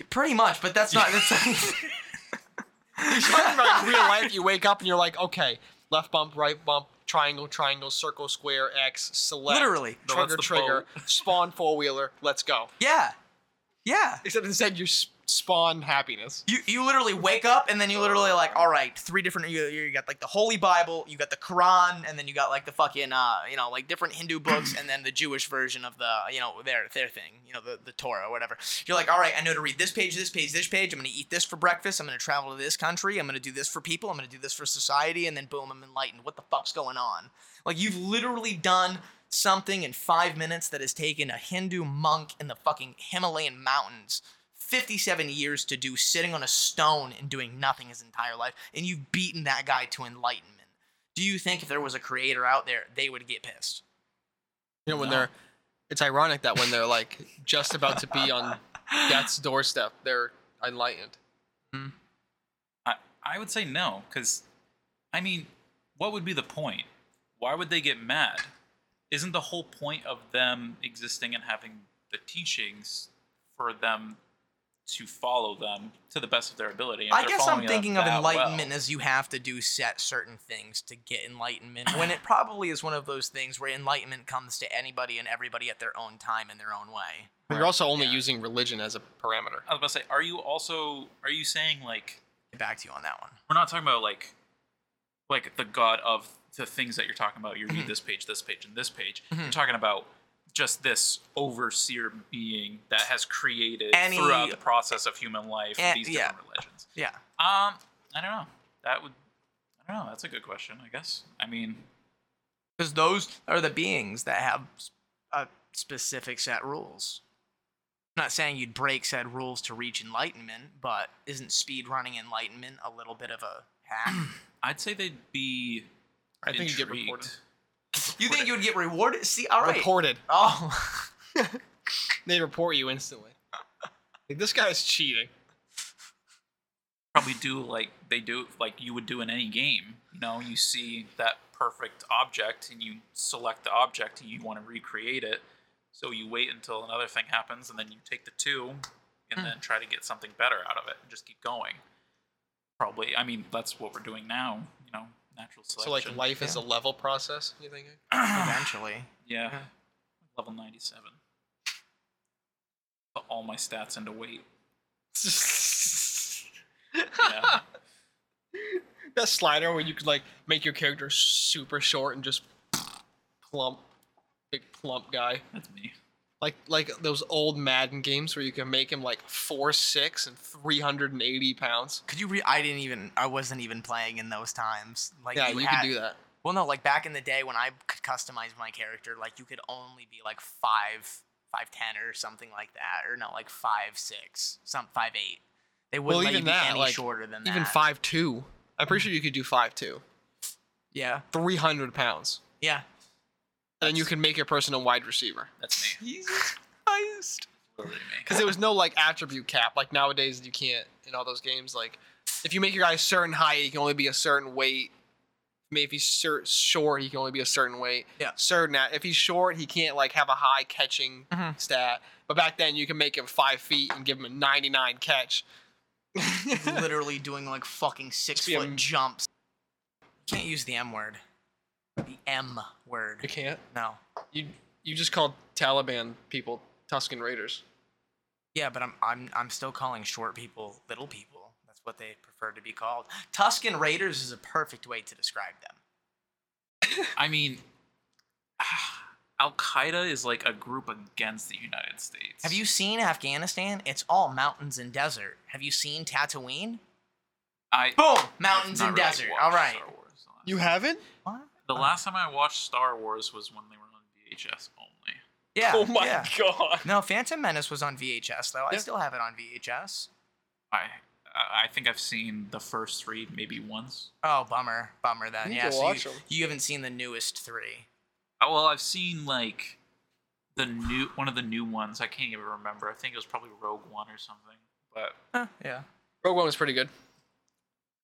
S2: Pretty much, but that's not. That's
S1: You're talking about in real life. You wake up and you're like, okay, left bump, right bump, triangle, triangle, circle, square, X, select.
S2: Literally.
S3: No,
S1: Trigger,
S3: that's the
S1: trigger, spawn four wheeler, let's go.
S2: yeah, yeah.
S1: Except instead you s- spawn happiness.
S2: You you literally wake up and then you literally like all right three different you, you got like the Holy Bible you got the Quran and then you got like the fucking uh you know like different Hindu books and then the Jewish version of the you know their their thing you know the the Torah or whatever you're like all right I know to read this page this page this page I'm gonna eat this for breakfast I'm gonna travel to this country I'm gonna do this for people I'm gonna do this for society and then boom I'm enlightened what the fuck's going on like you've literally done something in five minutes that has taken a Hindu monk in the fucking Himalayan mountains 57 years to do sitting on a stone and doing nothing his entire life and you've beaten that guy to enlightenment do you think if there was a creator out there they would get pissed
S1: You know, when
S3: No.
S1: they're, it's ironic that when they're like just about to be on death's doorstep, they're enlightened.
S3: I, I would say no, because, I mean, what would be the point? Why would they get mad? Isn't the whole point of them existing and having the teachings for them to follow them to the best of their ability? And if
S2: i
S3: they're
S2: guess i'm
S3: following them
S2: thinking of
S3: that well-
S2: enlightenment as you have to do set certain things to get enlightenment when it probably is one of those things where enlightenment comes to anybody and everybody at their own time and their own way
S1: But you're also only using religion as a parameter.
S3: I was about to say, are you also, are you saying like,
S2: get back to you on that one
S3: we're not talking about like like the god of the things that you're talking about you
S2: Mm-hmm.
S3: read this page this page and this page you're talking about just this overseer being that has created
S2: Any-
S3: throughout the process of human life
S2: Eh,
S3: these
S2: yeah.
S3: different religions
S2: yeah
S3: um i don't know that would i don't know that's a good question i guess i mean
S2: because those are the beings that have s- a specific set rules. I'm not saying you'd break said rules to reach enlightenment, but isn't speed running enlightenment a little bit of a hack?
S3: i'd say they'd be
S1: I think you get
S3: intrigued.
S1: reported.
S2: you think you would get rewarded? See, all right.
S1: Reported.
S2: Oh,
S1: They report you instantly. like, this guy's cheating.
S3: probably do like they do like you would do in any game. You know, you see that perfect object and you select the object and you want to recreate it. So you wait until another thing happens and then you take the two and then try to get something better out of it and just keep going. Probably I mean that's what we're doing now, you know, natural
S1: So,
S3: selection.
S1: like, life is a level process, you think?
S2: eventually.
S3: yeah.
S2: Yeah.
S3: Level ninety seven. Put all my stats into weight. Yeah.
S1: that slider where you could like make your character super short and just plump, big plump guy.
S3: that's me.
S1: Like like those old Madden games where you can make him like four six and three hundred and eighty pounds.
S2: Could you? Re- I didn't even. I wasn't even playing in those times. Like
S1: yeah, you,
S2: had-
S1: can do that.
S2: Well, no, like back in the day when I could customize my character, like you could only be like five, five ten or something like that, or no, like five six, some five eight. They
S1: Well,
S2: wouldn't let you
S1: even
S2: be
S1: that,
S2: any
S1: like,
S2: shorter than that.
S1: Even five two. I'm pretty sure you could do five two.
S2: Yeah.
S1: Three hundred pounds.
S2: Yeah.
S1: And then you can make your person a wide receiver.
S3: That's me.
S2: Jesus Christ.
S3: Literally me.
S1: Because there was no like attribute cap. Like nowadays you can't in all those games like If you make your guy a certain height, he can only be a certain weight. Maybe if he's cer- short, he can only be a certain weight.
S2: Yeah.
S1: Certain at. If he's short, he can't like have a high catching
S2: Mhm.
S1: stat. But back then, you can make him five feet and give him a 99 catch.
S2: literally doing like fucking six
S1: be a
S2: foot
S1: m-
S2: jumps. You can't use the M word. The M
S1: You
S2: word.
S1: can't.
S2: No.
S1: You you just called Taliban people Tuscan Raiders.
S2: Yeah, but I'm I'm I'm still calling short people little people. That's what they prefer to be called. Tuscan Raiders is a perfect way to describe them.
S3: I mean, Al Qaeda is like a group against the United States.
S2: Have you seen Afghanistan? It's all mountains and desert. Have you seen Tatooine?
S3: I
S2: Boom!
S3: I've
S2: Mountains
S3: not
S2: and
S3: really
S2: desert.
S3: watched
S2: All right.
S3: Star Wars.
S1: haven't?
S2: What?
S3: The last time I watched Star Wars was when they were on VHS only.
S2: Yeah.
S1: oh my
S2: yeah.
S1: god.
S2: No, Phantom Menace was on VHS though. I
S1: Yeah.
S2: still have it on VHS.
S3: I I- I think I've seen the first three maybe once.
S2: Oh, bummer, bummer. Then
S1: You need
S2: yeah,
S1: to
S2: so
S1: watch
S2: you,
S1: 'em.
S2: you haven't seen the newest three.
S3: Uh, Well, I've seen like the new one of the new ones. I can't even remember. I think it was probably Rogue One or something. But
S2: Huh, yeah.
S1: Rogue One was pretty good.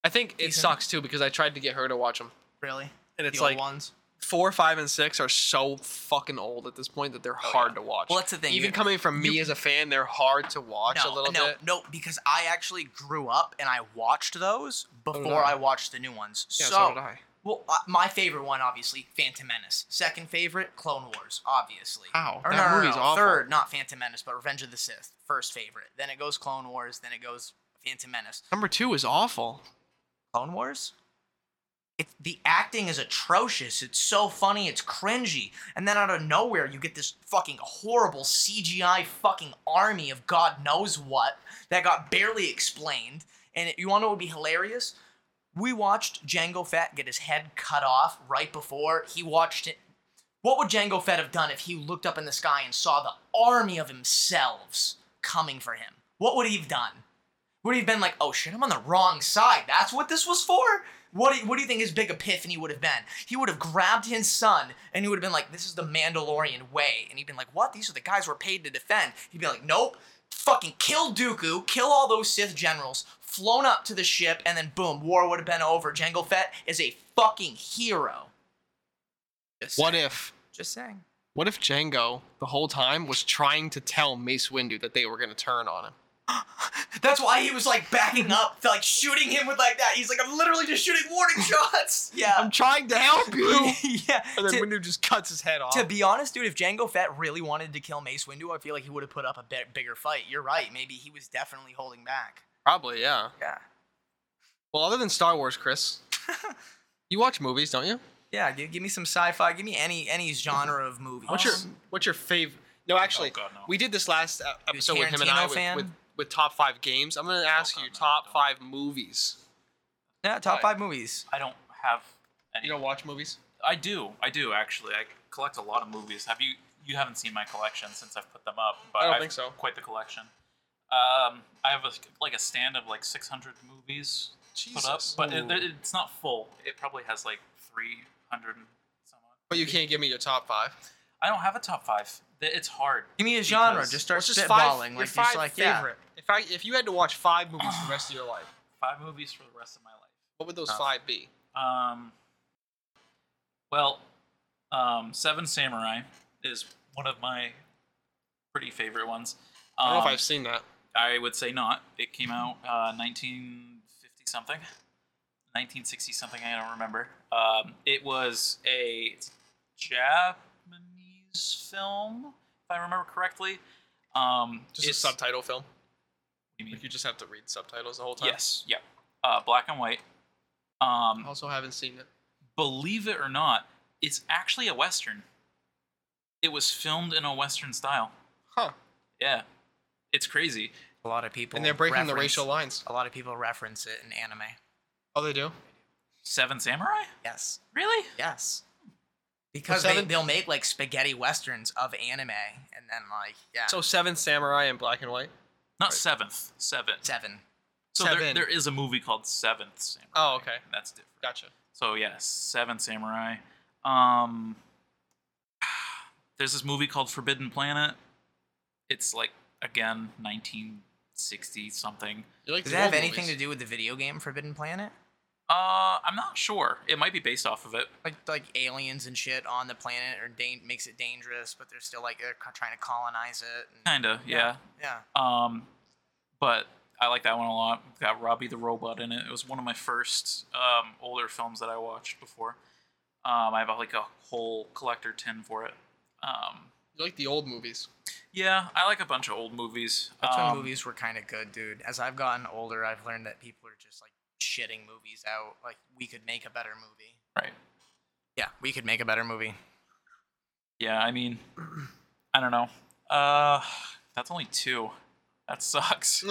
S1: I think it
S2: Decent.
S1: sucks too because I tried to get her to watch them,
S2: Really?
S1: and it's
S2: the old
S1: like
S2: ones.
S1: four, five, and six are so fucking old at this point that they're hard to watch.
S2: Oh, Well, that's the thing.
S1: Even
S2: you-
S1: coming from me
S2: you-
S1: as a fan, they're hard to watch
S2: no,
S1: a little
S2: no,
S1: bit.
S2: no, because I actually grew up and I watched those
S1: did
S2: before
S1: I.
S2: I watched the new ones.
S1: Yeah, so,
S2: so,
S1: did I.
S2: well, uh, my favorite one obviously Phantom Menace. Second favorite Clone Wars, obviously.
S1: Ow,
S2: Or
S1: that
S2: no, no, no,
S1: movie's
S2: no,
S1: awful.
S2: Third, not Phantom Menace, but Revenge of the Sith. First favorite. Then it goes Clone Wars. Then it goes Phantom Menace.
S1: Number two is awful.
S2: Clone Wars. It, the acting is atrocious. It's so funny. It's cringy. And then out of nowhere, you get this fucking horrible CGI fucking army of God knows what that got barely explained. And it, you want to know what would be hilarious? We watched Django Fett get his head cut off right before he watched it. What would Django Fett have done if he looked up in the sky and saw the army of himselves coming for him? What would he have done? would he have been like, oh shit, I'm on the wrong side. That's what this was for? What do, what do you think his big epiphany would have been? He would have grabbed his son and he would have been like, this is the Mandalorian way. And he'd been like, what? These are the guys we're paid to defend. He'd be like, nope, fucking kill Dooku, kill all those Sith generals, flown up to the ship, and then boom, war would have been over. Jango Fett is a fucking hero. Just
S1: What
S2: saying.
S1: if?
S2: Just saying.
S1: What if Django the whole time was trying to tell Mace Windu that they were gonna turn on him?
S2: That's why he was like backing up, like shooting him with like that. He's like, I'm literally just shooting warning shots. Yeah.
S1: I'm trying to help you.
S2: yeah.
S1: and then
S2: To,
S1: Windu just cuts his head off.
S2: to be honest, dude, if Django Fett really wanted to kill Mace Windu, I feel like he would have put up a bit bigger fight. You're right. Maybe he was definitely holding back.
S1: Probably, yeah.
S2: Yeah.
S1: Well, other than Star Wars, Chris, you watch movies, don't you?
S2: Yeah. Give, give me some sci-fi. Give me any any genre of movie.
S1: What's your What's your favorite? No, actually,
S3: Oh, God, no.
S1: we did this last uh, episode with him and
S2: Tarantino
S1: I with,
S2: fan?
S1: with, with top five games. I'm gonna ask
S3: Oh, God,
S1: you
S3: no,
S1: top
S3: don't.
S1: five movies.
S2: yeah, top five movies?
S3: I don't have any.
S1: You don't watch movies?
S3: I do. I do actually. I collect a lot of movies. Have you? You haven't seen my collection since I've put them up, but
S1: I don't
S3: have
S1: think so.
S3: Quite the collection. Um, I have a, like a stand of like 600 movies put up,
S1: Jesus.
S3: but it,
S1: Ooh.
S3: it's not full. It probably has like 300 and some odd.
S1: But you can't give me your top five.
S3: I don't have a top five. Th- It's hard.
S2: Give me a genre.
S3: Because-
S2: Just start
S1: What's
S2: spitballing.
S1: your
S2: like
S1: five
S2: just like
S1: favorite? If I if you had to watch five movies for the rest of your life,
S3: Five movies for the rest of my life.
S1: what would those
S2: Oh.
S1: five be?
S3: Um, well, um, Seven Samurai is one of my pretty favorite ones. Um,
S1: I don't know if I've seen that.
S3: I would say not. It came out uh, 1950 something, 1960 something. I don't remember. Um, it was a Japanese film, if I remember correctly. Um,
S1: Just
S3: it's-
S1: a subtitle film.
S3: you mean-
S1: Like you just have to read subtitles the whole time.
S3: Yes. Yeah. Uh, black and white. Um,
S1: Also haven't seen it.
S3: believe it or not, it's actually a western. It was filmed in a western style.
S1: Huh.
S3: Yeah, it's crazy.
S2: A lot of people.
S1: And they're breaking the
S2: reference-
S1: racial lines.
S2: A lot of people reference it in anime.
S1: Oh, they do.
S3: Seven Samurai?
S2: Yes.
S3: Really?
S2: Yes. Because
S1: seven-
S2: they, they'll make like spaghetti westerns of anime, and then like yeah,
S1: So Seven Samurai in black and white.
S3: Not
S1: Right.
S3: seventh. Seventh.
S2: seven.
S3: So
S1: Seven.
S3: there, there is a movie called Seventh Samurai.
S1: Oh, okay.
S3: That's different.
S1: Gotcha.
S3: So yes, Seven Samurai. Um, there's this movie called Forbidden Planet. It's like again 1960s sixty something.
S1: You like
S2: Does
S1: the
S2: it have
S1: old
S2: anything
S1: movies.
S2: to do with the video game Forbidden Planet?
S3: Uh, I'm not sure. It might be based off of it.
S2: Like like aliens and shit on the planet, or dan- makes it dangerous, but they're still like they're co- trying to colonize it. And,
S3: Kinda, yeah.
S2: yeah.
S3: Um, but I like that one a lot. Got Robbie the Robot in it. It was one of my first um, older films that I watched before. Um, I have like a whole collector tin for it. Um,
S1: You like the old movies.
S3: yeah, I like a bunch of old movies.
S2: That's
S3: um,
S2: when movies were kind of good, dude. As I've gotten older, I've learned that people are just like shitting movies out. Like we could make a better movie.
S3: Right.
S2: Yeah, we could make a better movie.
S3: Yeah, I mean, I don't know. Uh, that's only two. That sucks.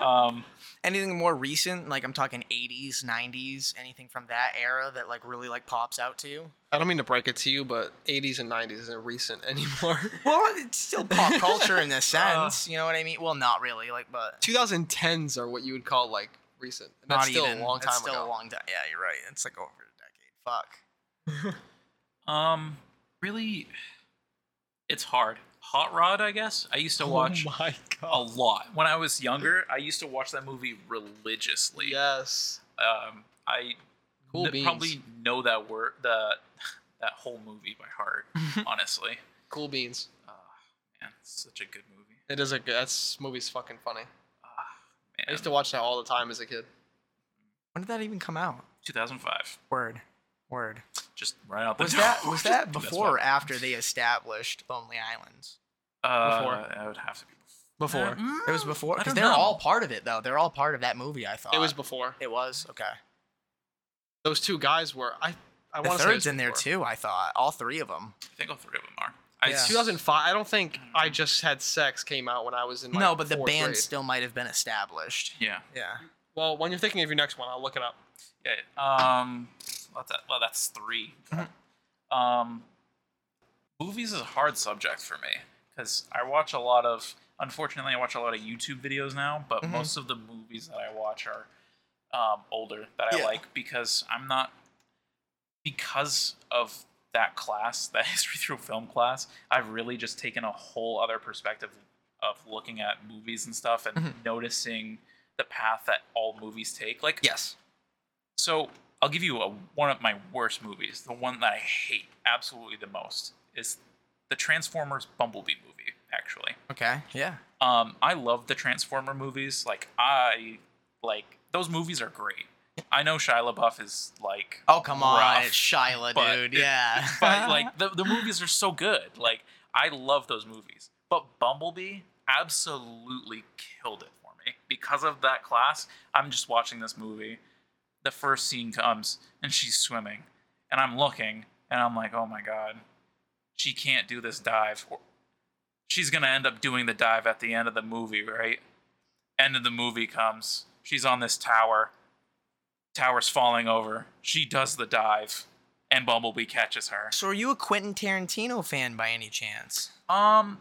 S3: um,
S2: Anything more recent, like I'm talking 80s, 90s, anything from that era that like really like pops out to you?
S1: I don't mean to break it to you, but 80s and 90s isn't recent anymore.
S2: Well, it's still pop culture in this sense. you know what I mean? Well, not really, like, but
S1: 2010s are what you would call like recent. And that's
S2: not
S1: still
S2: even.
S1: a long time
S2: That's still
S1: ago.
S2: a long time. Yeah, you're right. It's like over a decade. Fuck.
S3: um, really, it's hard. Hot Rod, I guess. I used to watch
S1: Oh my
S3: a
S1: god.
S3: lot. When I was younger, I used to watch that movie religiously.
S1: Yes.
S3: Um, I
S1: Cool
S3: kn-
S1: beans.
S3: probably know that word the that whole movie by heart. honestly,
S1: Cool beans.
S3: uh, man, it's such a good movie.
S1: It is a good. That's movie's fucking funny.
S3: Ah,
S1: I
S3: man,
S1: used to watch that all the time as a kid.
S2: When did that even come out?
S3: 2005,
S2: Word. Word.
S3: just right out the
S2: Was
S3: door.
S2: that was that
S3: That's
S2: before or
S3: why.
S2: after they established Lonely Islands?
S3: Uh,
S1: before?
S3: I would have to be.
S2: Before.
S3: Mm,
S2: it was before
S3: I
S2: because
S3: don't
S2: they're
S3: know.
S2: all part of it though. They're all part of that movie. I thought
S1: It was before.
S2: It was okay.
S1: Those two guys were. I. I
S2: The
S1: want to say it
S2: third's
S1: was
S2: in there
S1: before.
S2: too. I thought all three of them.
S3: I think all three of them are. I,
S2: Yeah.
S3: s-
S1: 2005. I don't think I just had sex came out when I was in. Like,
S2: no, but the
S1: fourth
S2: band
S1: grade.
S2: still might have been established.
S3: Yeah.
S2: Yeah.
S1: Well, when you're thinking of your next one, I'll look it up.
S3: Yeah. Um. That's that. Well, that's three. um. Movies is a hard subject for me because I watch a lot of. Unfortunately, I watch a lot of YouTube videos now, but
S2: Mhm.
S3: most of the movies that I watch are um, older that I
S2: Yeah.
S3: like because I'm not because of that class, that history through film class. I've really just taken a whole other perspective of looking at movies and stuff and
S2: Mhm.
S3: noticing the path that all movies take. Like
S2: Yes.
S3: so I'll give you a, one of my worst movies. The one that I hate absolutely the most is the Transformers Bumblebee movie. Actually,
S2: Okay. Yeah.
S3: um, I love the Transformer movies. Like I like those movies are great. I know Shia LaBeouf is like,
S2: Oh come on,
S3: Rough,
S2: it's Shyla,
S3: but
S2: dude.
S3: it-
S2: yeah.
S3: but like the the movies are so good. Like I love those movies. But Bumblebee absolutely killed it for me because of that class. I'm just watching this movie the first scene comes and she's swimming and i'm looking and i'm like oh my god she can't do this dive Or- she's gonna end up doing the dive at the end of the movie right end of the movie comes she's on this tower tower's falling over she does the dive and bumblebee catches her
S2: so are you a Quentin Tarantino fan by any chance?
S3: um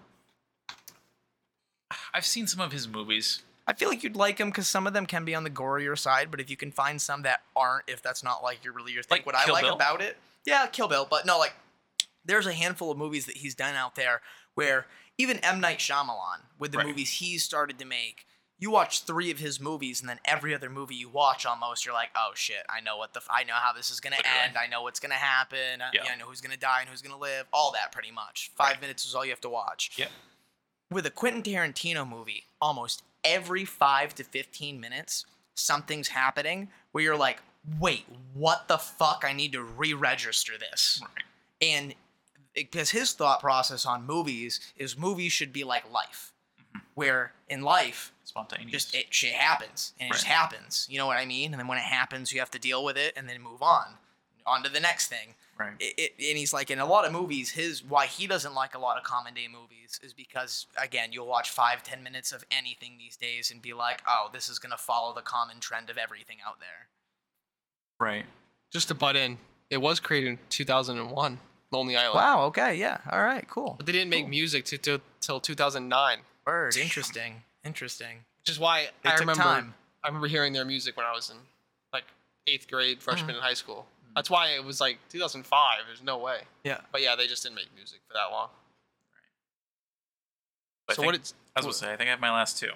S3: i've seen some of his movies
S2: I feel like you'd like them because some of them can be on the gorier side, but if you can find some that aren't, if that's not like your really your thing,
S3: Like
S2: what I
S3: Kill
S2: like
S3: Bill?
S2: about it, yeah, Kill Bill. But no, like there's a handful of movies that he's done out there where even M Night Shyamalan with the
S3: Right.
S2: movies he's started to make, you watch three of his movies and then every other movie you watch, almost you're like, oh shit, I know what the f- I know how this is gonna
S3: Literally.
S2: end, I know what's gonna happen, I-
S3: Yeah.
S2: I know who's gonna die and who's gonna live, all that pretty much. Five
S3: Right.
S2: minutes is all you have to watch
S3: yeah
S2: with a Quentin Tarantino movie, almost every five to 15 minutes, something's happening where you're like, wait, what the fuck? I need to re register this.
S3: right
S2: And because his thought process on movies is movies should be like life,
S3: Mm-hmm.
S2: where in life,
S3: spontaneous
S2: just it shit happens and it just
S3: Right.
S2: happens. You know what I mean? And then when it happens, you have to deal with it and then move on, on to the next thing
S3: right
S2: it, it, and he's like in a lot of movies his why he doesn't like a lot of common day movies is because again you'll watch five ten minutes of anything these days and be like oh this is gonna follow the common trend of everything out there
S3: right
S1: Just to butt in, it was created in 2001, Lonely Island.
S2: wow okay yeah all right cool
S1: But they didn't make music till till till 2009,
S2: word
S3: Damn.
S2: interesting interesting
S1: which is why
S2: They
S1: I
S2: took
S1: remember.
S2: time.
S1: I remember hearing their music when I was in like eighth grade, freshman in high school. That's why it was like 2005. There's no way.
S2: Yeah.
S1: But Mm-hmm. yeah, they just didn't make music for that long.
S3: But I
S1: so what
S3: think-
S1: it's
S3: I was gonna say, I think I have my last two.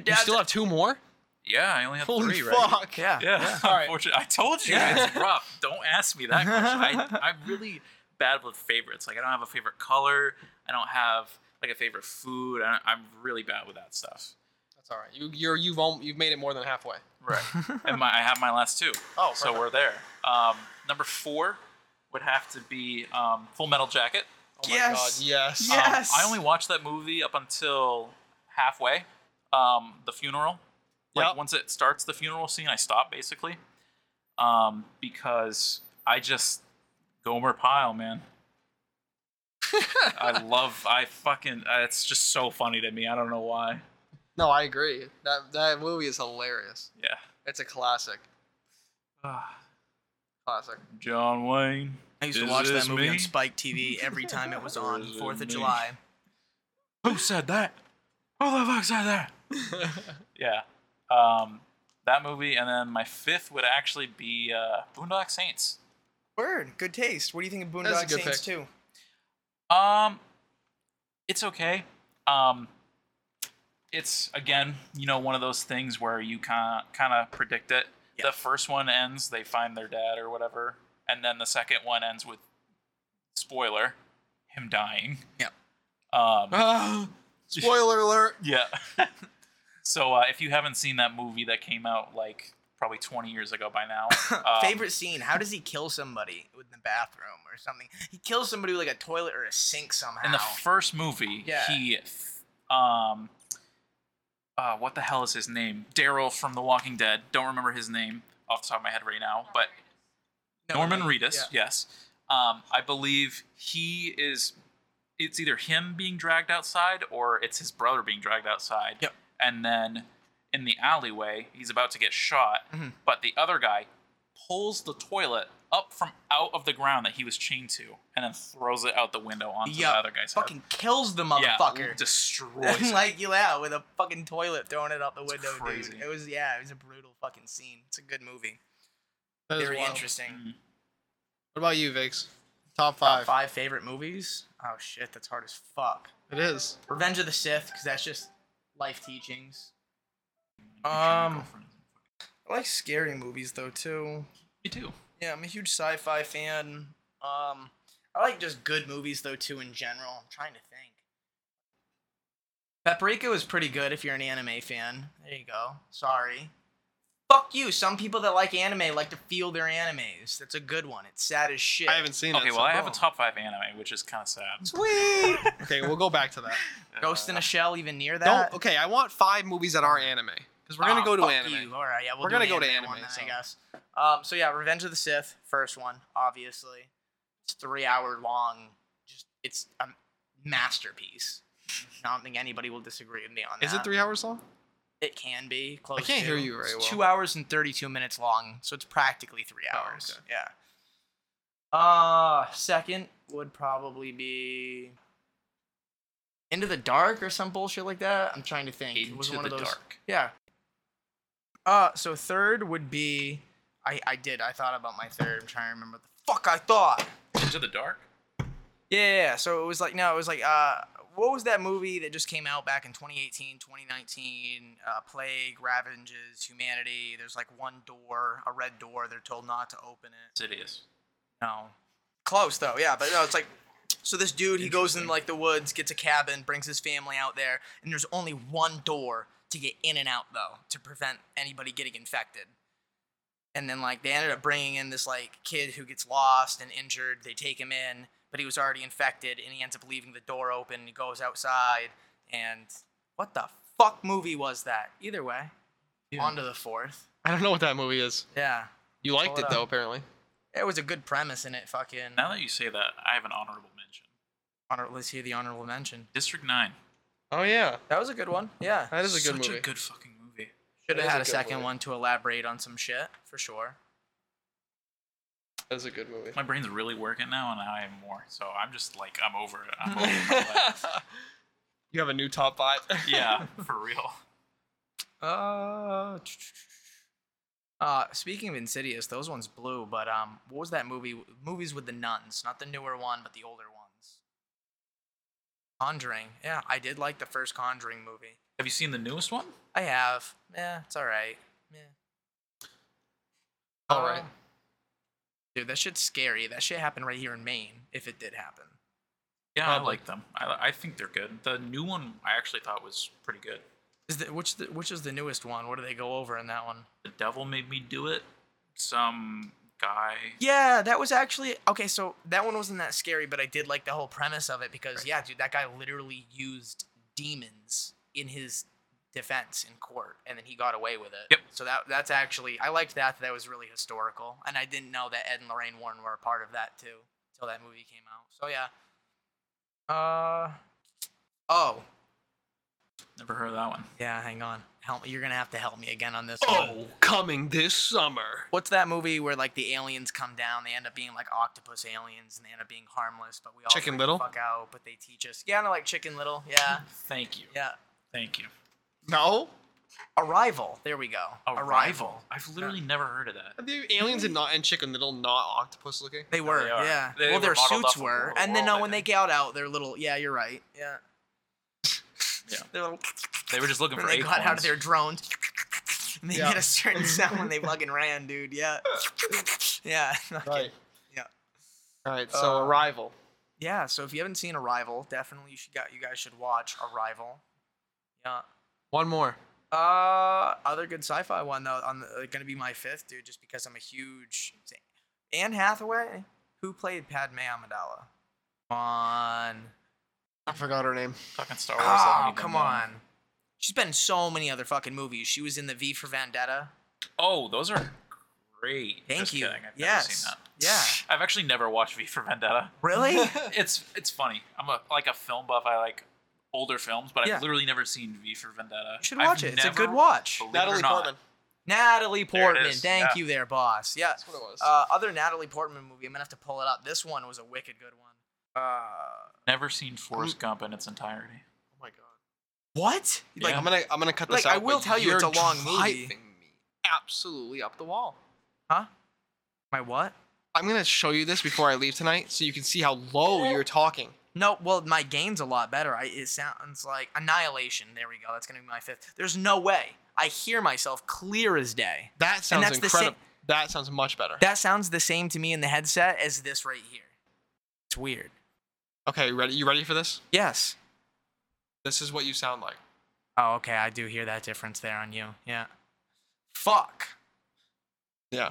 S1: You
S2: dad
S1: still have two more?
S3: Yeah, I only have
S1: Holy
S3: three, right?
S1: fuck.
S2: Yeah.
S3: Yeah,
S1: All right.
S3: unfortunately, I told you
S1: Yeah.
S3: it's rough. Don't ask me that question. I, I'm really bad with favorites. Like I don't have a favorite color. I don't have like a favorite food. I, I'm really bad with that stuff.
S1: That's all right. You, you're, you've, om- you've made it more than halfway.
S3: Right. and my, I have my last two.
S1: Oh,
S3: so we're there. Um, number four would have to be um, Full Metal Jacket.
S1: Oh my
S2: Yes.
S1: god, yes.
S2: Yeah.
S3: Um,
S2: Yes.
S3: I only watched that movie up until halfway, um, the funeral. Like
S1: Yep.
S3: once it starts the funeral scene, I stop basically, um, because I just Gomer Pyle, man. I love. I fucking. uh, It's just so funny to me. I don't know why.
S1: No, I agree. That, that movie is hilarious.
S3: Yeah.
S1: It's a classic.
S3: Ah,
S1: Classic.
S3: John Wayne.
S2: I used to
S3: Is
S2: watch that
S3: this
S2: movie
S3: me?
S2: on Spike TV every time it was
S3: Or
S2: on
S3: is it
S2: Fourth of
S3: me?
S2: July.
S3: Who said that? Who the fuck said that? yeah. Um, that movie, and then my fifth would actually be uh, Boondock Saints.
S2: Word, good taste. What do you think of
S1: That's a
S2: Boondock
S1: good
S2: Saints
S1: pick.
S2: too?
S3: Um, it's okay. Um, it's again, you know, one of those things where you kind kind of predict it.
S2: Yeah.
S3: The first one ends, they find their dad or whatever, and then the second one ends with spoiler, him dying.
S2: Yep.
S3: Um,
S1: Ah, spoiler alert.
S3: yeah. so uh, if you haven't seen that movie that came out like probably 20 years ago by now, um,
S2: Favorite scene? How does he kill somebody in the bathroom or something? He kills somebody with like a toilet or a sink somehow.
S3: in the first movie,
S2: Yeah.
S3: he, um, uh, what the hell is his name? Daryl from The Walking Dead. Don't remember his name off the top of my head right now, but
S2: No,
S3: Norman
S2: like-
S3: Reedus. Yes, um, I believe he is. It's either him being dragged outside or it's his brother being dragged outside.
S2: Yep.
S3: And then in the alleyway, he's about to get shot,
S2: Mhm.
S3: but the other guy pulls the toilet up from out of the ground that he was chained to, and then throws it out the window onto
S2: Yup.
S3: the other guy's head.
S2: Fucking kills the
S3: Yeah,
S2: motherfucker.
S3: destroys. it.
S2: like yeah, with a fucking toilet throwing it out the window,
S3: crazy.
S2: dude. It was yeah, it was a brutal fucking scene. It's a good movie.
S1: That is
S2: Very
S1: wild.
S2: interesting.
S3: Mm.
S1: What about you, Vix? Top
S2: Top
S1: five.
S2: five favorite movies. Oh shit, that's hard as fuck.
S1: It is.
S2: Revenge of the Sith, because that's just life teachings. Um,
S3: Um,
S2: I like scary movies though too.
S3: me too.
S2: Yeah, I'm a huge sci-fi fan. Um, I like just good movies though too in general. I'm trying to think. Paprika was pretty good if you're an anime fan. There you go. Sorry. Fuck you. Some people that like anime like to feel their animes. That's a good one. It's sad as shit.
S1: I haven't seen
S3: Okay,
S1: it.
S3: well, I have a
S1: boom.
S3: top five anime, which is kind of sad.
S2: Sweet.
S1: Okay, we'll go back to that.
S2: Ghost in a Shell. Even near that.
S1: Don't. Okay, I want five movies that are anime because we're gonna
S2: Ah,
S1: go to
S2: fuck
S1: anime.
S2: you. All right, yeah, we'll
S1: We're
S2: do an
S1: gonna go to
S2: one
S1: anime,
S2: then,
S1: so.
S2: I guess. Um, so yeah, Revenge of the Sith, first one, obviously. It's three hour long. Just it's a masterpiece. I don't think anybody will disagree with me on that.
S1: Is it three hours long?
S2: It can be close.
S1: can't
S2: to.
S1: hear you very
S2: It's
S1: well.
S2: Two hours and thirty-two minutes long, so it's practically three
S1: Oh,
S2: hours.
S1: okay.
S2: Yeah. Uh second would probably be Into the Dark or some bullshit like that. I'm trying to think. it was
S3: Into
S2: one
S3: the
S2: of those.
S3: Dark.
S2: Yeah. Uh, so third would be I I did I thought about my third. I'm trying to remember what the fuck I thought.
S3: Into the Dark.
S2: Yeah, yeah, yeah. So it was like no, it was like uh, what was that movie that just came out back in 2018, 2019? Uh, Plague ravages humanity. There's like one door, a red door. They're told not to open it.
S3: Insidious.
S2: No. Close though, yeah, but no, it's like so this dude he goes in like the woods, gets a cabin, brings his family out there, and there's only one door to get in and out though, to prevent anybody getting infected. And then like they ended up bringing in this like kid who gets lost and injured. They take him in, but he was already infected, and he ends up leaving the door open. He goes outside, and what the fuck movie was that? Either way,
S3: Yeah.
S2: on to the fourth.
S1: I don't know what that movie is.
S2: Yeah,
S1: You liked
S2: Hold
S1: it
S2: up.
S1: though, apparently.
S2: it was a good premise in it. Fucking.
S3: Now that you say that, I have an honorable mention.
S2: Honor, let's hear the honorable mention.
S3: District Nine.
S1: Oh yeah,
S2: That was a good one. Yeah.
S1: that is a good
S3: Such
S1: movie.
S3: a good fucking movie.
S2: Should
S1: That
S2: have
S1: is
S2: had
S1: a
S2: a
S1: good
S2: second
S1: movie.
S2: one to elaborate on some shit, for sure.
S1: that is a good movie.
S3: My brain's really working now, and I am more. So I'm just like, I'm over it. I'm over my life.
S1: you have a new top five.
S3: Yeah, for real.
S2: Uh, uh speaking of Insidious, those ones blew, but um what was that movie movies with the nuns, not the newer one, but the older ones. Conjuring. Yeah, I did like the first Conjuring movie.
S3: Have you seen the newest one?
S2: I have. Yeah, it's all right. Yeah. Um,
S1: All right.
S2: Dude, that shit's scary. That shit happened right here in Maine. If it did happen.
S3: Yeah, I
S1: Probably.
S3: like them. I, I think they're good. The new one I actually thought was pretty good.
S2: Is the, which the, which is the newest one? What do they go over in that one?
S3: The Devil Made Me Do It. Some guy.
S2: Yeah, that was actually okay. So that one wasn't that scary, but I did like the whole premise of it because yeah, dude, that guy literally used demons in his defense in court, and then he got away with it.
S3: Yep.
S2: So that that's actually I liked that. That was really historical, and I didn't know that Ed and Lorraine Warren were a part of that too until that movie came out. So yeah. Uh. Oh
S3: Never heard of that one.
S2: yeah, hang on. Help You're gonna have to help me again on this. one.
S1: Oh, coming this summer.
S2: What's that movie where like the aliens come down? They end up being like octopus aliens, and they end up being harmless, but we all
S1: Chicken
S2: freak
S1: Little?
S2: the fuck out. But they teach us, yeah, no, like Chicken Little, yeah,
S3: Thank you.
S2: yeah.
S3: Thank you.
S1: No,
S2: Arrival. There we go.
S3: Arrival. I've literally never heard of that.
S1: Are the aliens and not and Chicken Little not octopus looking?
S2: They were,
S3: they are.
S2: yeah.
S3: They
S2: well,
S3: were
S2: their
S3: modeled
S2: suits
S3: off of
S2: were,
S3: Waterworld,
S2: and then no,
S3: I
S2: when they
S3: think.
S2: got out, they're little. Yeah, you're right. Yeah.
S3: Yeah.
S2: They're little.
S3: They were just looking
S2: When
S3: for
S2: they got out of
S3: acorns.
S2: their drones. And they
S1: Yeah.
S2: made a certain sound when they fucking ran, dude. Yeah. Yeah.
S1: Right.
S2: Yeah.
S1: All right. So
S2: Uh,
S1: Arrival.
S2: Yeah, so if you haven't seen Arrival, definitely you should got you guys should watch Arrival. Yeah.
S1: One more.
S2: Uh, other good sci-fi one though. On the, uh, gonna be my fifth, dude, just because I'm a huge Anne Hathaway, who played Padme Amidala. Come on.
S1: I forgot her name.
S3: Talking Star Wars. I
S2: Oh,
S3: don't even
S2: come
S3: know.
S2: on. She's been in so many other fucking movies. She was in the V for Vendetta.
S3: Oh, those are great.
S2: Thank
S3: Just
S2: you.
S3: kidding, I've never
S2: yes.
S3: seen that.
S2: Yeah.
S3: I've actually never watched V for Vendetta.
S2: Really?
S3: It's it's funny. I'm a like a film buff. I like older films, but
S2: Yeah.
S3: I've literally never seen V for Vendetta.
S2: You should
S3: I've
S2: watch it. It's a good
S3: never-
S2: watch.
S3: believe it or
S1: Natalie
S3: not,
S1: Portman.
S2: Natalie
S3: There it
S2: Portman.
S3: is,
S2: Thank
S3: yeah.
S2: you there, boss. Yeah.
S1: That's what it was.
S2: Uh, other Natalie Portman movie. I'm gonna have to pull it up. This one was a wicked good one. Uh,
S3: Never seen
S2: Mm.
S3: Forrest Gump in its entirety.
S1: oh my god.
S2: what? Like,
S1: I'm gonna I'm gonna cut this
S2: Like, I
S1: out.
S2: will
S1: but
S2: tell you it's
S1: you're
S2: a long movie.
S1: driving me absolutely up the wall.
S2: my what?
S1: I'm gonna show you this before I leave tonight, so you can see how low you're talking.
S2: No, well, my game's a lot better. I, it sounds like Annihilation. There we go. That's gonna be my fifth. There's no way. I hear myself clear as day.
S1: That sounds
S2: that's the same-
S1: incredible. That sounds much better.
S2: That sounds the same to me in the headset as this right here. It's weird.
S1: okay, ready? You ready for this?
S2: Yes.
S1: This is what you sound like.
S2: Oh, okay. I do hear that difference there on you. Yeah. Fuck.
S1: Yeah.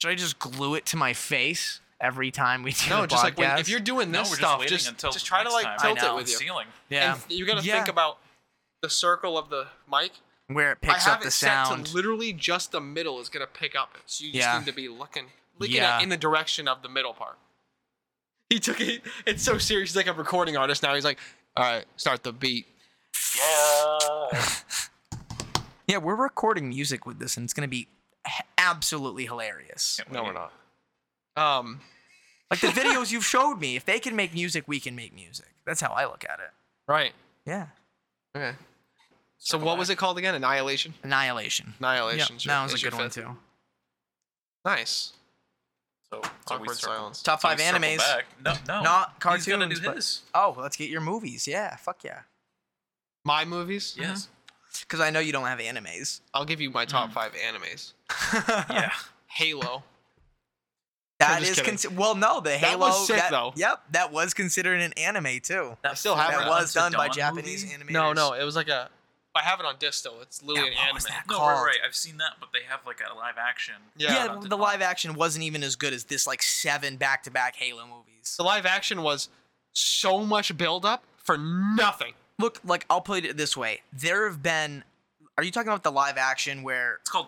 S2: Should I just glue it to my face every time we do
S1: No,
S2: the
S1: just like when,
S2: podcast?
S1: if you're doing
S3: No,
S1: this
S3: we're just
S1: stuff,
S3: waiting
S1: just,
S3: until
S1: just try to
S3: next
S1: like
S3: time. I
S1: tilt it
S2: know.
S1: with you.
S3: Ceiling.
S2: yeah,
S1: And you gotta
S2: Yeah.
S1: think about the circle of the mic.
S2: where it picks
S1: I have
S2: up
S1: it
S2: the
S1: set
S2: sound.
S1: to literally just the middle is gonna pick up it. So you just
S2: Yeah.
S1: need to be looking, looking
S2: Yeah.
S1: at, in the direction of the middle part. He took it. It's so serious. He's like a recording artist now. He's like, all right, start the beat.
S3: Yeah.
S2: Yeah, we're recording music with this, and it's gonna be h- absolutely hilarious.
S1: No, we're not. Um,
S2: Like the videos you've showed me. If they can make music, we can make music. That's how I look at it.
S1: right.
S2: Yeah.
S1: Okay. So what was it called again? Annihilation.
S2: Annihilation.
S1: Annihilation.
S2: Yep, that was a good one too.
S1: Nice.
S3: So, so we
S1: Awkward
S3: circle,
S1: silence.
S2: Top
S3: so we
S2: five
S3: circle
S2: animes.
S3: back. No, no.
S2: Not cartoons.
S3: He's gonna do
S2: but-
S3: his.
S2: Oh, well, let's get your movies. Yeah, fuck yeah.
S1: My movies.
S2: Mm-hmm. Uh-huh.
S3: Yes.
S2: Because I know you don't have animes.
S1: I'll give you my
S2: Mm.
S1: top five animes.
S3: Yeah.
S1: Halo.
S2: That
S1: I'm just
S2: is
S1: kidding.
S2: consi- well, no, the Halo.
S1: was sick,
S2: that-
S1: though.
S2: Yep, that was considered an anime too.
S1: I still have
S2: That
S1: it.
S2: was
S3: Until
S2: done by
S3: Dawn
S2: Japanese
S3: movie?
S2: animators.
S1: No, no, it was like a. I have it on disc still. It's literally an
S2: Yeah, what
S1: anime.
S2: was that
S3: No,
S2: called?
S3: right, right. I've seen that, but they have like a live action.
S1: Yeah.
S2: Yeah,
S3: Not
S2: the
S3: done.
S2: live action wasn't even as good as this like seven back to back Halo movies.
S1: The live action was so much buildup for nothing.
S2: Look, like I'll put it this way: there have been. Are you talking about the live action where
S3: It's called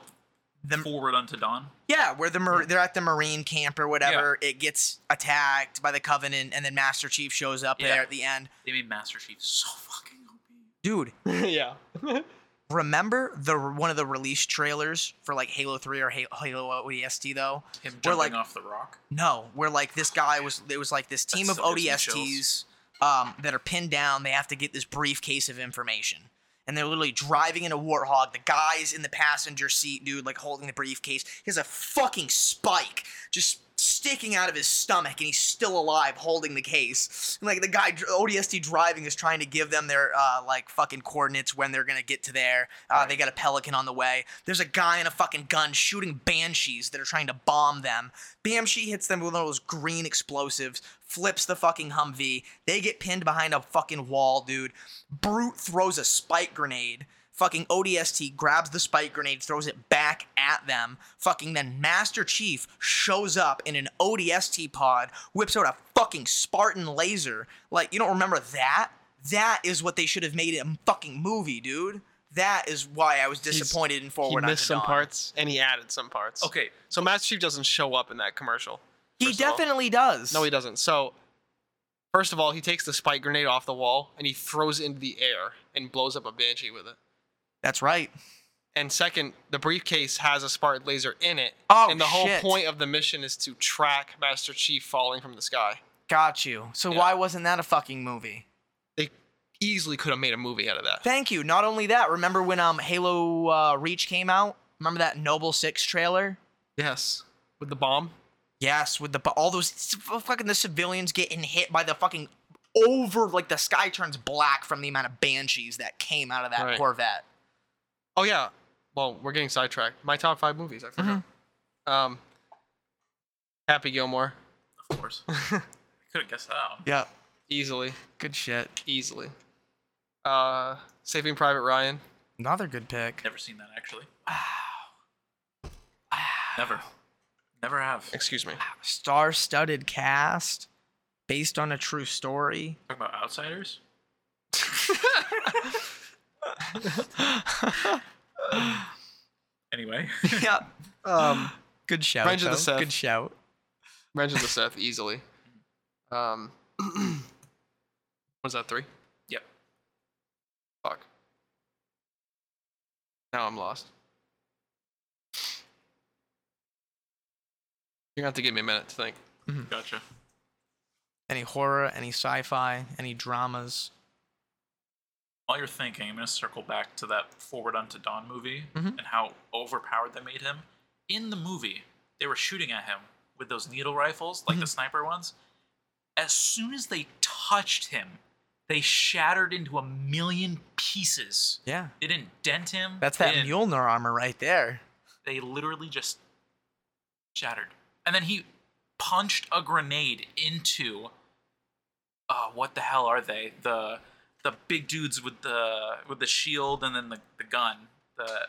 S2: the
S3: Forward Unto Dawn.
S2: yeah, where the mar- they're at the Marine camp or whatever? It gets attacked by the Covenant, and then Master Chief shows up
S3: Yeah.
S2: there at the end.
S3: They made Master Chief so fucking OP.
S2: Dude,
S1: yeah.
S2: remember the one of the release trailers for like Halo Three or Ha- Halo ODST though?
S3: Him
S2: We're
S3: jumping
S2: like-
S3: off the rock.
S2: No, where like this guy was. It was like this team
S3: That
S2: of
S3: still gives me
S2: ODSTs um, that are pinned down. They have to get this briefcase of information, and they're literally driving in a warthog. The guy's in the passenger seat, dude, like holding the briefcase. He has a fucking spike, just sticking out of his stomach, and he's still alive, holding the case. And like the guy, dr- ODST driving is trying to give them their uh, like fucking coordinates when they're gonna get to there. Uh, They got a pelican on the way. There's a guy in a fucking gun shooting banshees that are trying to bomb them. Banshee hits them with one of those green explosives, flips the fucking Humvee. They get pinned behind a fucking wall, dude. Brute throws a spike grenade. Fucking ODST grabs the spike grenade, throws it back at them. Fucking then Master Chief shows up in an ODST pod, whips out a fucking Spartan laser. Like, you don't remember that? That is what they should have made a fucking movie, dude. That is why I was disappointed in
S1: He
S2: Forward
S1: missed
S2: Unto
S1: some
S2: Dawn.
S1: parts and he added some parts.
S3: Okay,
S1: So Master Chief doesn't show up in that commercial.
S2: He
S1: first of all.
S2: definitely does.
S1: No, he doesn't. So, first of all, he takes the spike grenade off the wall and he throws it into the air and blows up a banshee with it.
S2: That's right.
S1: And second, the briefcase has a Spartan laser in it.
S2: Oh,
S1: and the whole
S2: shit.
S1: point of the mission is to track Master Chief falling from the sky.
S2: Got you. So
S1: Yeah.
S2: why wasn't that a fucking movie?
S1: They easily could have made a movie out of that.
S2: Thank you. Not only that, remember when um Halo uh, Reach came out? Remember that Noble Six trailer?
S1: Yes. With the bomb?
S2: Yes, with the bu- all those s- f- fucking the civilians getting hit by the fucking over like the sky turns black from the amount of banshees that came out of that
S1: Right.
S2: Corvette.
S1: Oh, yeah. Well, we're getting sidetracked. My top five movies, I forgot. Um, Happy Gilmore.
S3: of course. I couldn't guess that. One.
S2: Yeah,
S1: Easily.
S2: good shit.
S1: Easily. Uh, Saving Private Ryan.
S2: Another good pick.
S3: Never seen that actually. Wow. Never. Never have.
S1: Excuse me.
S2: Star-studded cast, based on a true story.
S3: Talking about outsiders. Anyway,
S2: yeah. Um. Good shout.
S1: Revenge of the
S2: though.
S1: Sith.
S2: Good shout.
S1: Revenge of the Sith, easily. Um, was that three?
S3: Yep.
S1: Fuck. Now I'm lost. You're gonna have to give me a minute to think.
S3: gotcha.
S2: Any horror? Any sci-fi? Any dramas?
S3: While you're thinking, I'm gonna circle back to that Forward Unto Dawn movie
S2: Mhm.
S3: and how overpowered they made him. In the movie, they were shooting at him with those needle rifles, like the
S2: Mm-hmm.
S3: sniper ones. As soon as they touched him, they shattered into a million pieces.
S2: Yeah.
S3: They didn't dent him.
S2: That's
S3: they
S2: that
S3: didn't-
S2: Mjolnir armor right there.
S3: They literally just shattered. And then he punched a grenade into uh what the hell are they? The the big dudes with the with the shield and then the, the gun. The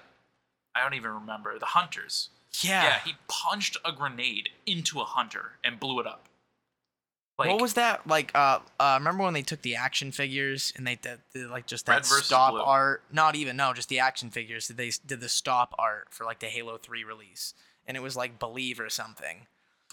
S3: I don't even remember. The hunters.
S2: Yeah.
S3: Yeah, he punched a grenade into a hunter and blew it up. Like
S2: what was that like? Uh, uh, remember when they took the action figures and they did, did, like just
S3: Red
S2: that
S3: versus
S2: stop
S3: blue.
S2: art? Not even no, just the action figures. Did they did the stop art for like the Halo Three release? And it was like Believe or something.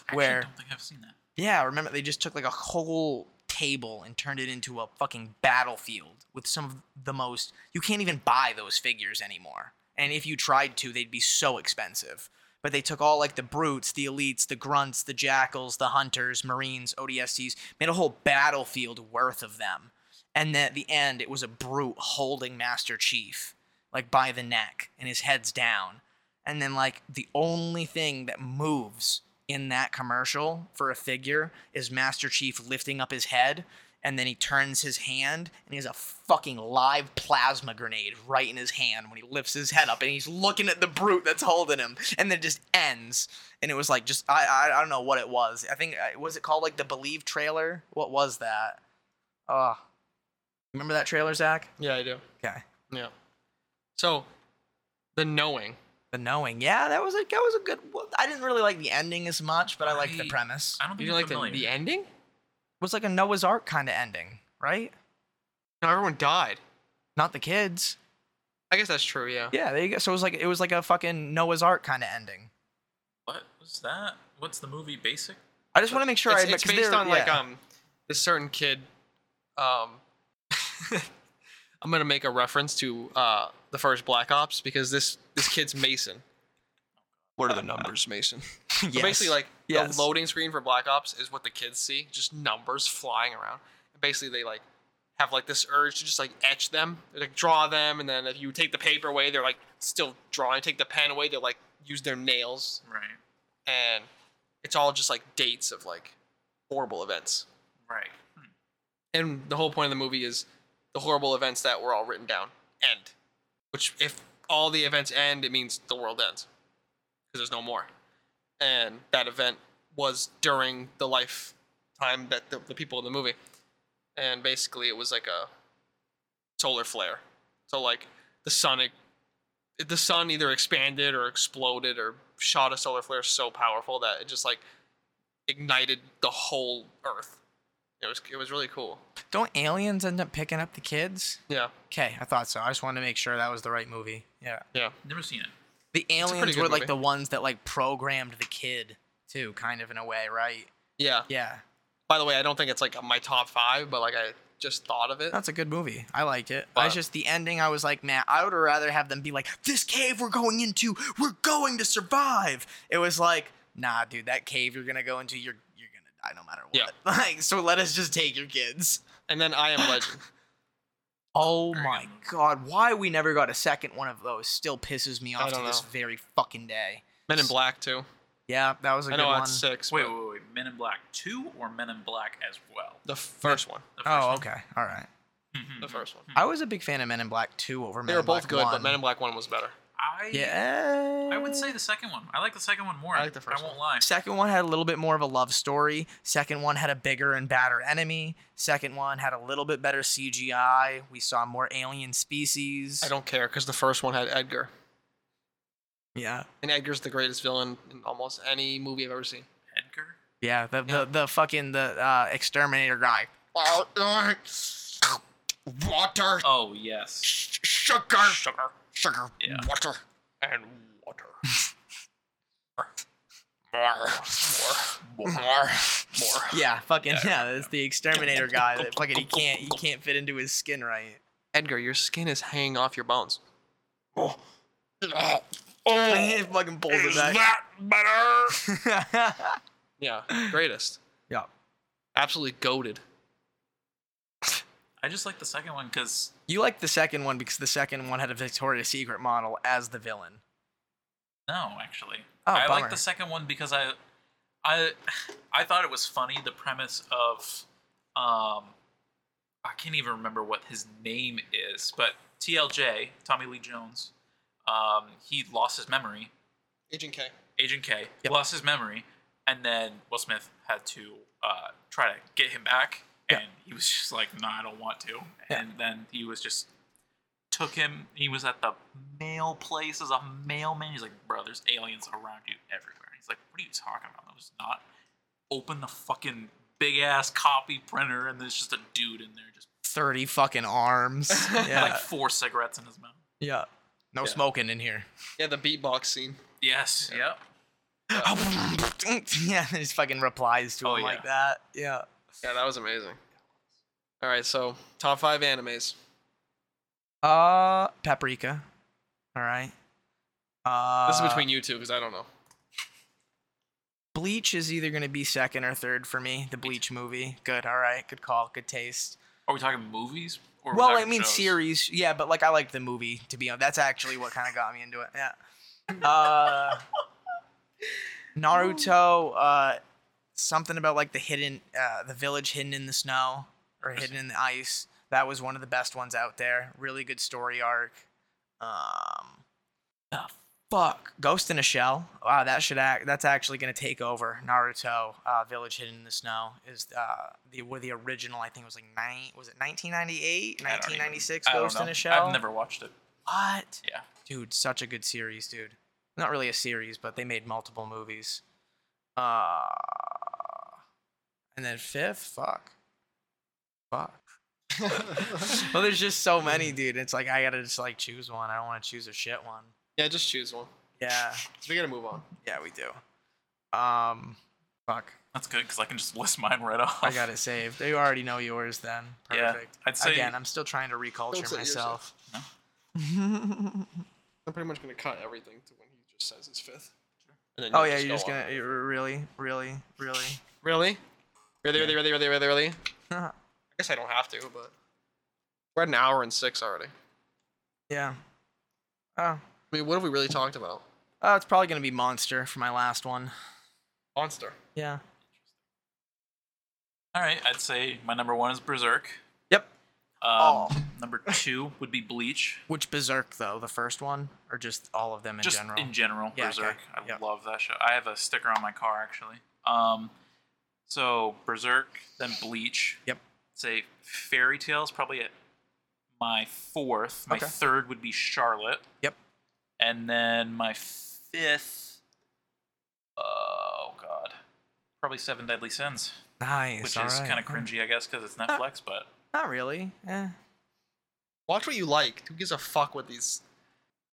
S3: Actually,
S2: where-
S3: I don't think I've seen that.
S2: Yeah, remember they just took like a whole table and turned it into a fucking battlefield with some of the most you can't even buy those figures anymore. And if you tried to, they'd be so expensive. But they took all like the brutes, the elites, the grunts, the jackals, the hunters, marines, ODSTs, made a whole battlefield worth of them. And then at the end, it was a brute holding Master Chief, like by the neck, and his head's down. And then, like, the only thing that moves in that commercial for a figure is Master Chief lifting up his head, and then he turns his hand, and he has a fucking live plasma grenade right in his hand when he lifts his head up, and he's looking at the brute that's holding him, and then it just ends. And it was like, just, I, I, I don't know what it was. I think, uh, was it called like the Believe trailer? What was that? Ugh. Remember that trailer, Zach?
S1: Yeah, I do.
S2: Okay.
S1: Yeah. So, the knowing.
S2: The knowing, yeah, that was a that was a good. Well, I didn't really like the ending as much, but I liked the
S3: I-
S2: premise.
S3: I don't
S1: You
S3: think
S1: didn't
S3: I'm
S1: like the, the
S3: familiar.
S1: ending?
S2: It was like a Noah's Ark kind of ending, right?
S1: No, everyone died.
S2: Not the kids.
S1: I guess that's true. Yeah.
S2: Yeah, there you go. So it was like it was like a fucking Noah's Ark kind of ending.
S3: What was that? What's the movie basic?
S2: I just want to make sure
S1: it's,
S2: I
S1: it's
S2: because
S1: based
S2: there-
S1: on like
S2: yeah.
S1: um this certain kid. Um, I'm gonna make a reference to uh the first Black Ops because this this kid's Mason. What are the numbers, Mason? So
S2: Yes.
S1: basically, like
S2: Yes.
S1: the loading screen for Black Ops is what the kids see, just numbers flying around. And basically, they like have like this urge to just like etch them, They, like draw them, and then if you take the paper away, they're like still drawing. Take the pen away, they like use their nails
S3: Right.
S1: and it's all just like dates of like horrible events.
S3: Right.
S1: And the whole point of the movie is the horrible events that were all written down end. Which, if all the events end, it means the world ends because there's no more. And that event was during the lifetime that the, the people in the movie. And basically, it was like a solar flare. So, like, the sun, it- the sun either expanded or exploded or shot a solar flare so powerful that it just like ignited the whole Earth. It was it was really cool.
S2: Don't aliens end up picking up the kids?
S1: Yeah.
S2: Okay, I thought so. I just wanted to make sure that was the right movie. Yeah.
S3: Never seen it.
S2: The
S1: a pretty
S2: aliens
S1: good
S2: were like
S1: movie.
S2: the ones that like programmed the kid too, kind of in a way, right?
S1: Yeah.
S2: Yeah.
S1: By the way, I don't think it's like my top five, but like I just thought of it.
S2: That's a good movie. I liked it. I was
S1: But-
S2: just the ending. I was like, man, I would rather have them be like, this cave we're going into, we're going to survive. It was like, nah, dude, that cave you're gonna go into, you're you're gonna die no matter what.
S1: Yeah.
S2: Like, so let us just take your kids.
S1: And then I Am Legend.
S2: Oh
S3: Very
S2: my
S3: good
S2: god,
S3: movie.
S2: why we never got a second one of those still pisses me
S1: I
S2: off to
S1: don't
S2: this
S1: know.
S2: very fucking day.
S1: Men in Black too.
S2: Yeah, that was a
S1: I
S2: good
S1: know
S2: one.
S1: that's six.
S3: Wait,
S1: but
S3: wait, wait. Men in Black 2 or Men in Black as well?
S1: the first one.
S3: The
S2: Oh, okay. All right.
S3: Mhm.
S1: The first one.
S2: I was a big fan of Men in Black 2 over Men
S1: They were
S2: in Black
S1: both good,
S2: 1.
S1: but Men Mm-hmm. in Black one was better.
S3: I,
S2: Yeah.
S3: I would say the second one. I like the second one more.
S1: I like the first
S3: I won't lie.
S2: Second one had a little bit more of a love story. Second one had a bigger and badder enemy. Second one had a little bit better CGI. We saw more alien species.
S1: I don't care because the first one had Edgar,
S2: Yeah.
S1: and Edgar's the greatest villain in almost any movie I've ever seen.
S3: Edgar?
S2: Yeah. The
S1: Yeah.
S2: the, the fucking the uh, exterminator guy.
S1: Water,
S3: Oh, yes.
S1: sugar, sugar, sugar,
S3: Yeah.
S1: water, and water. more, more, more, more.
S2: Yeah. Fucking yeah. It's the exterminator guy that fucking he can't he can't fit into his skin right.
S1: Edgar, your skin is hanging off your bones. Oh,
S2: He fucking pulls it back.
S1: that better? Yeah, greatest.
S2: yeah.
S1: Absolutely goaded.
S3: I just like the second one because
S2: You liked the second one because the second one had a Victoria's Secret model as the villain.
S3: No, actually.
S2: Oh,
S3: I
S2: bummer.
S3: like the second one because I, I, I thought it was funny the premise of, um, I can't even remember what his name is, but TLJ Tommy Lee Jones, um, he lost his memory.
S1: Agent K.
S3: Agent K
S2: Yep.
S3: lost his memory, and then Will Smith had to uh, try to get him back,
S2: Yeah.
S3: and he was just like, "No, I don't want to."
S2: Yeah.
S3: And then he was just took him. He was at the mail place as a mailman. He's like, "Bro, there's aliens around you everywhere." He's like, "What are you talking about? There's not." Open the fucking big ass copy printer, and there's just a dude in there, just
S2: Thirty fucking arms. Yeah.
S3: like four cigarettes in his mouth.
S2: Yeah. No
S3: Yeah.
S2: smoking in here.
S1: Yeah, the beatbox scene.
S3: Yes. Yep.
S1: Oh,
S2: yeah, and just fucking replies to
S3: Oh,
S2: him like
S3: yeah.
S2: that. Yeah.
S1: Yeah, that was amazing. All right, so top five animes.
S2: Uh, paprika. All right. Uh,
S1: This is between you two because I don't know.
S2: Bleach is either gonna be second or third for me. The Bleach movie. Good. All right. Good call. Good taste.
S3: Are we talking movies? Or are we
S2: well, I
S3: talking
S2: mean
S3: shows?
S2: series. Yeah, but like I liked the movie. To be honest, that's actually what kind of got me into it. Yeah. Uh, Naruto. Uh, something about like the hidden, uh, the village hidden in the snow or hidden in the ice. That was one of the best ones out there. Really good story arc. Um, ah, fuck, Ghost in a Shell. Wow, that should act. That's actually gonna take over Naruto. Uh, Village Hidden in the Snow is uh the were the original. I think it was like nine. Was it 1998,
S3: I don't even-
S2: 1996?
S3: I don't
S2: Ghost in
S3: know.
S2: a Shell.
S3: I've never watched it.
S2: What?
S3: Yeah.
S2: Dude, such a good series, dude. Not really a series, but they made multiple movies. Uh, and then fifth, fuck, fuck. well, there's just so many, dude. It's like I gotta just like choose one. I don't want to choose a shit one.
S1: yeah, just choose one.
S2: Yeah,
S1: We gotta move on.
S2: yeah, we do. Um, fuck,
S3: That's good because I can just list mine right off.
S2: I got it saved. You already know yours, then.
S3: Yeah,
S2: Perfect.
S3: I'd say-
S2: again. I'm still trying to reculture
S1: say
S2: myself.
S1: yourself. I'm pretty much gonna cut everything to when he just says it's fifth. And then
S2: oh
S1: you
S2: yeah, you're just
S1: go on.
S2: gonna you're really, really, really.
S1: really, really, really, really, really, really, really.
S2: Huh.
S1: I guess I don't have to, but we're at an hour and six already.
S2: yeah. Oh,
S1: I mean, what have we really talked about?
S2: uh, it's probably gonna be monster for my last one.
S1: Monster.
S2: Yeah.
S3: All right, I'd say my number one is Berserk.
S2: Yep.
S3: Um,
S2: Oh.
S3: Number two would be Bleach.
S2: Which Berserk though, the first one, or just all of them in
S3: Just
S2: general?
S3: in general,
S2: Yeah, okay.
S3: Berserk. I
S2: Yep.
S3: love that show. I have a sticker on my car actually. Um, so Berserk, then Bleach.
S2: Yep.
S3: Say Fairy Tales probably at my fourth. My
S2: Okay.
S3: third would be Charlotte.
S2: Yep.
S3: And then my fifth. Oh God. Probably Seven Deadly Sins,
S2: nice.
S3: which
S2: all
S3: is
S2: right.
S3: kind of cringy, I guess, because it's Netflix. But
S2: Not really. Eh.
S1: Watch what you like. Who gives a fuck what these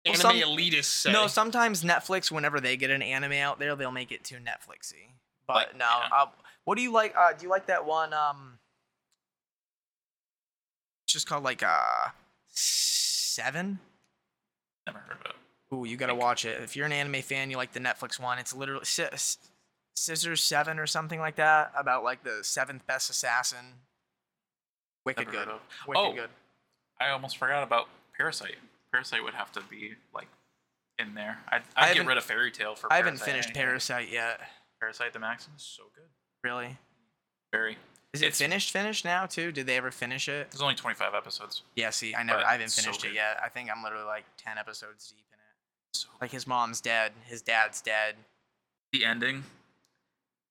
S2: Well,
S1: anime
S2: some-
S1: elitists say?
S2: No, sometimes Netflix, whenever they get an anime out there, they'll make it too Netflixy. But
S3: Like,
S2: no,
S3: yeah.
S2: uh, what do you like? Uh, do you like that one? Um, it's just called like uh Seven.
S3: never heard of it.
S2: Ooh, you gotta watch it. If you're an anime fan, you like the Netflix one. It's literally Si- S- Scissors Seven or something like that about like the seventh best assassin. Wicked
S3: Never heard
S2: good.
S3: of.
S2: Wicked
S3: Oh.
S2: good.
S3: I almost forgot about Parasite. Parasite would have to be like in there. I'd,
S2: I
S3: I'd get
S2: haven't-
S3: rid of Fairy Tale for.
S2: I haven't
S3: Parasite
S2: finished
S3: anyway.
S2: Parasite yet.
S3: Parasite the Maxim is so good.
S2: Really?
S3: Very.
S2: Is it
S3: It's-
S2: finished? Finished now too? Did they ever finish it?
S3: There's only 25 episodes.
S2: Yeah, see, I never,
S3: But
S2: I haven't
S3: it's so
S2: finished it
S3: good.
S2: yet. I think I'm literally like ten episodes deep in it.
S3: So
S2: Like his mom's dead, his dad's dead.
S3: the ending,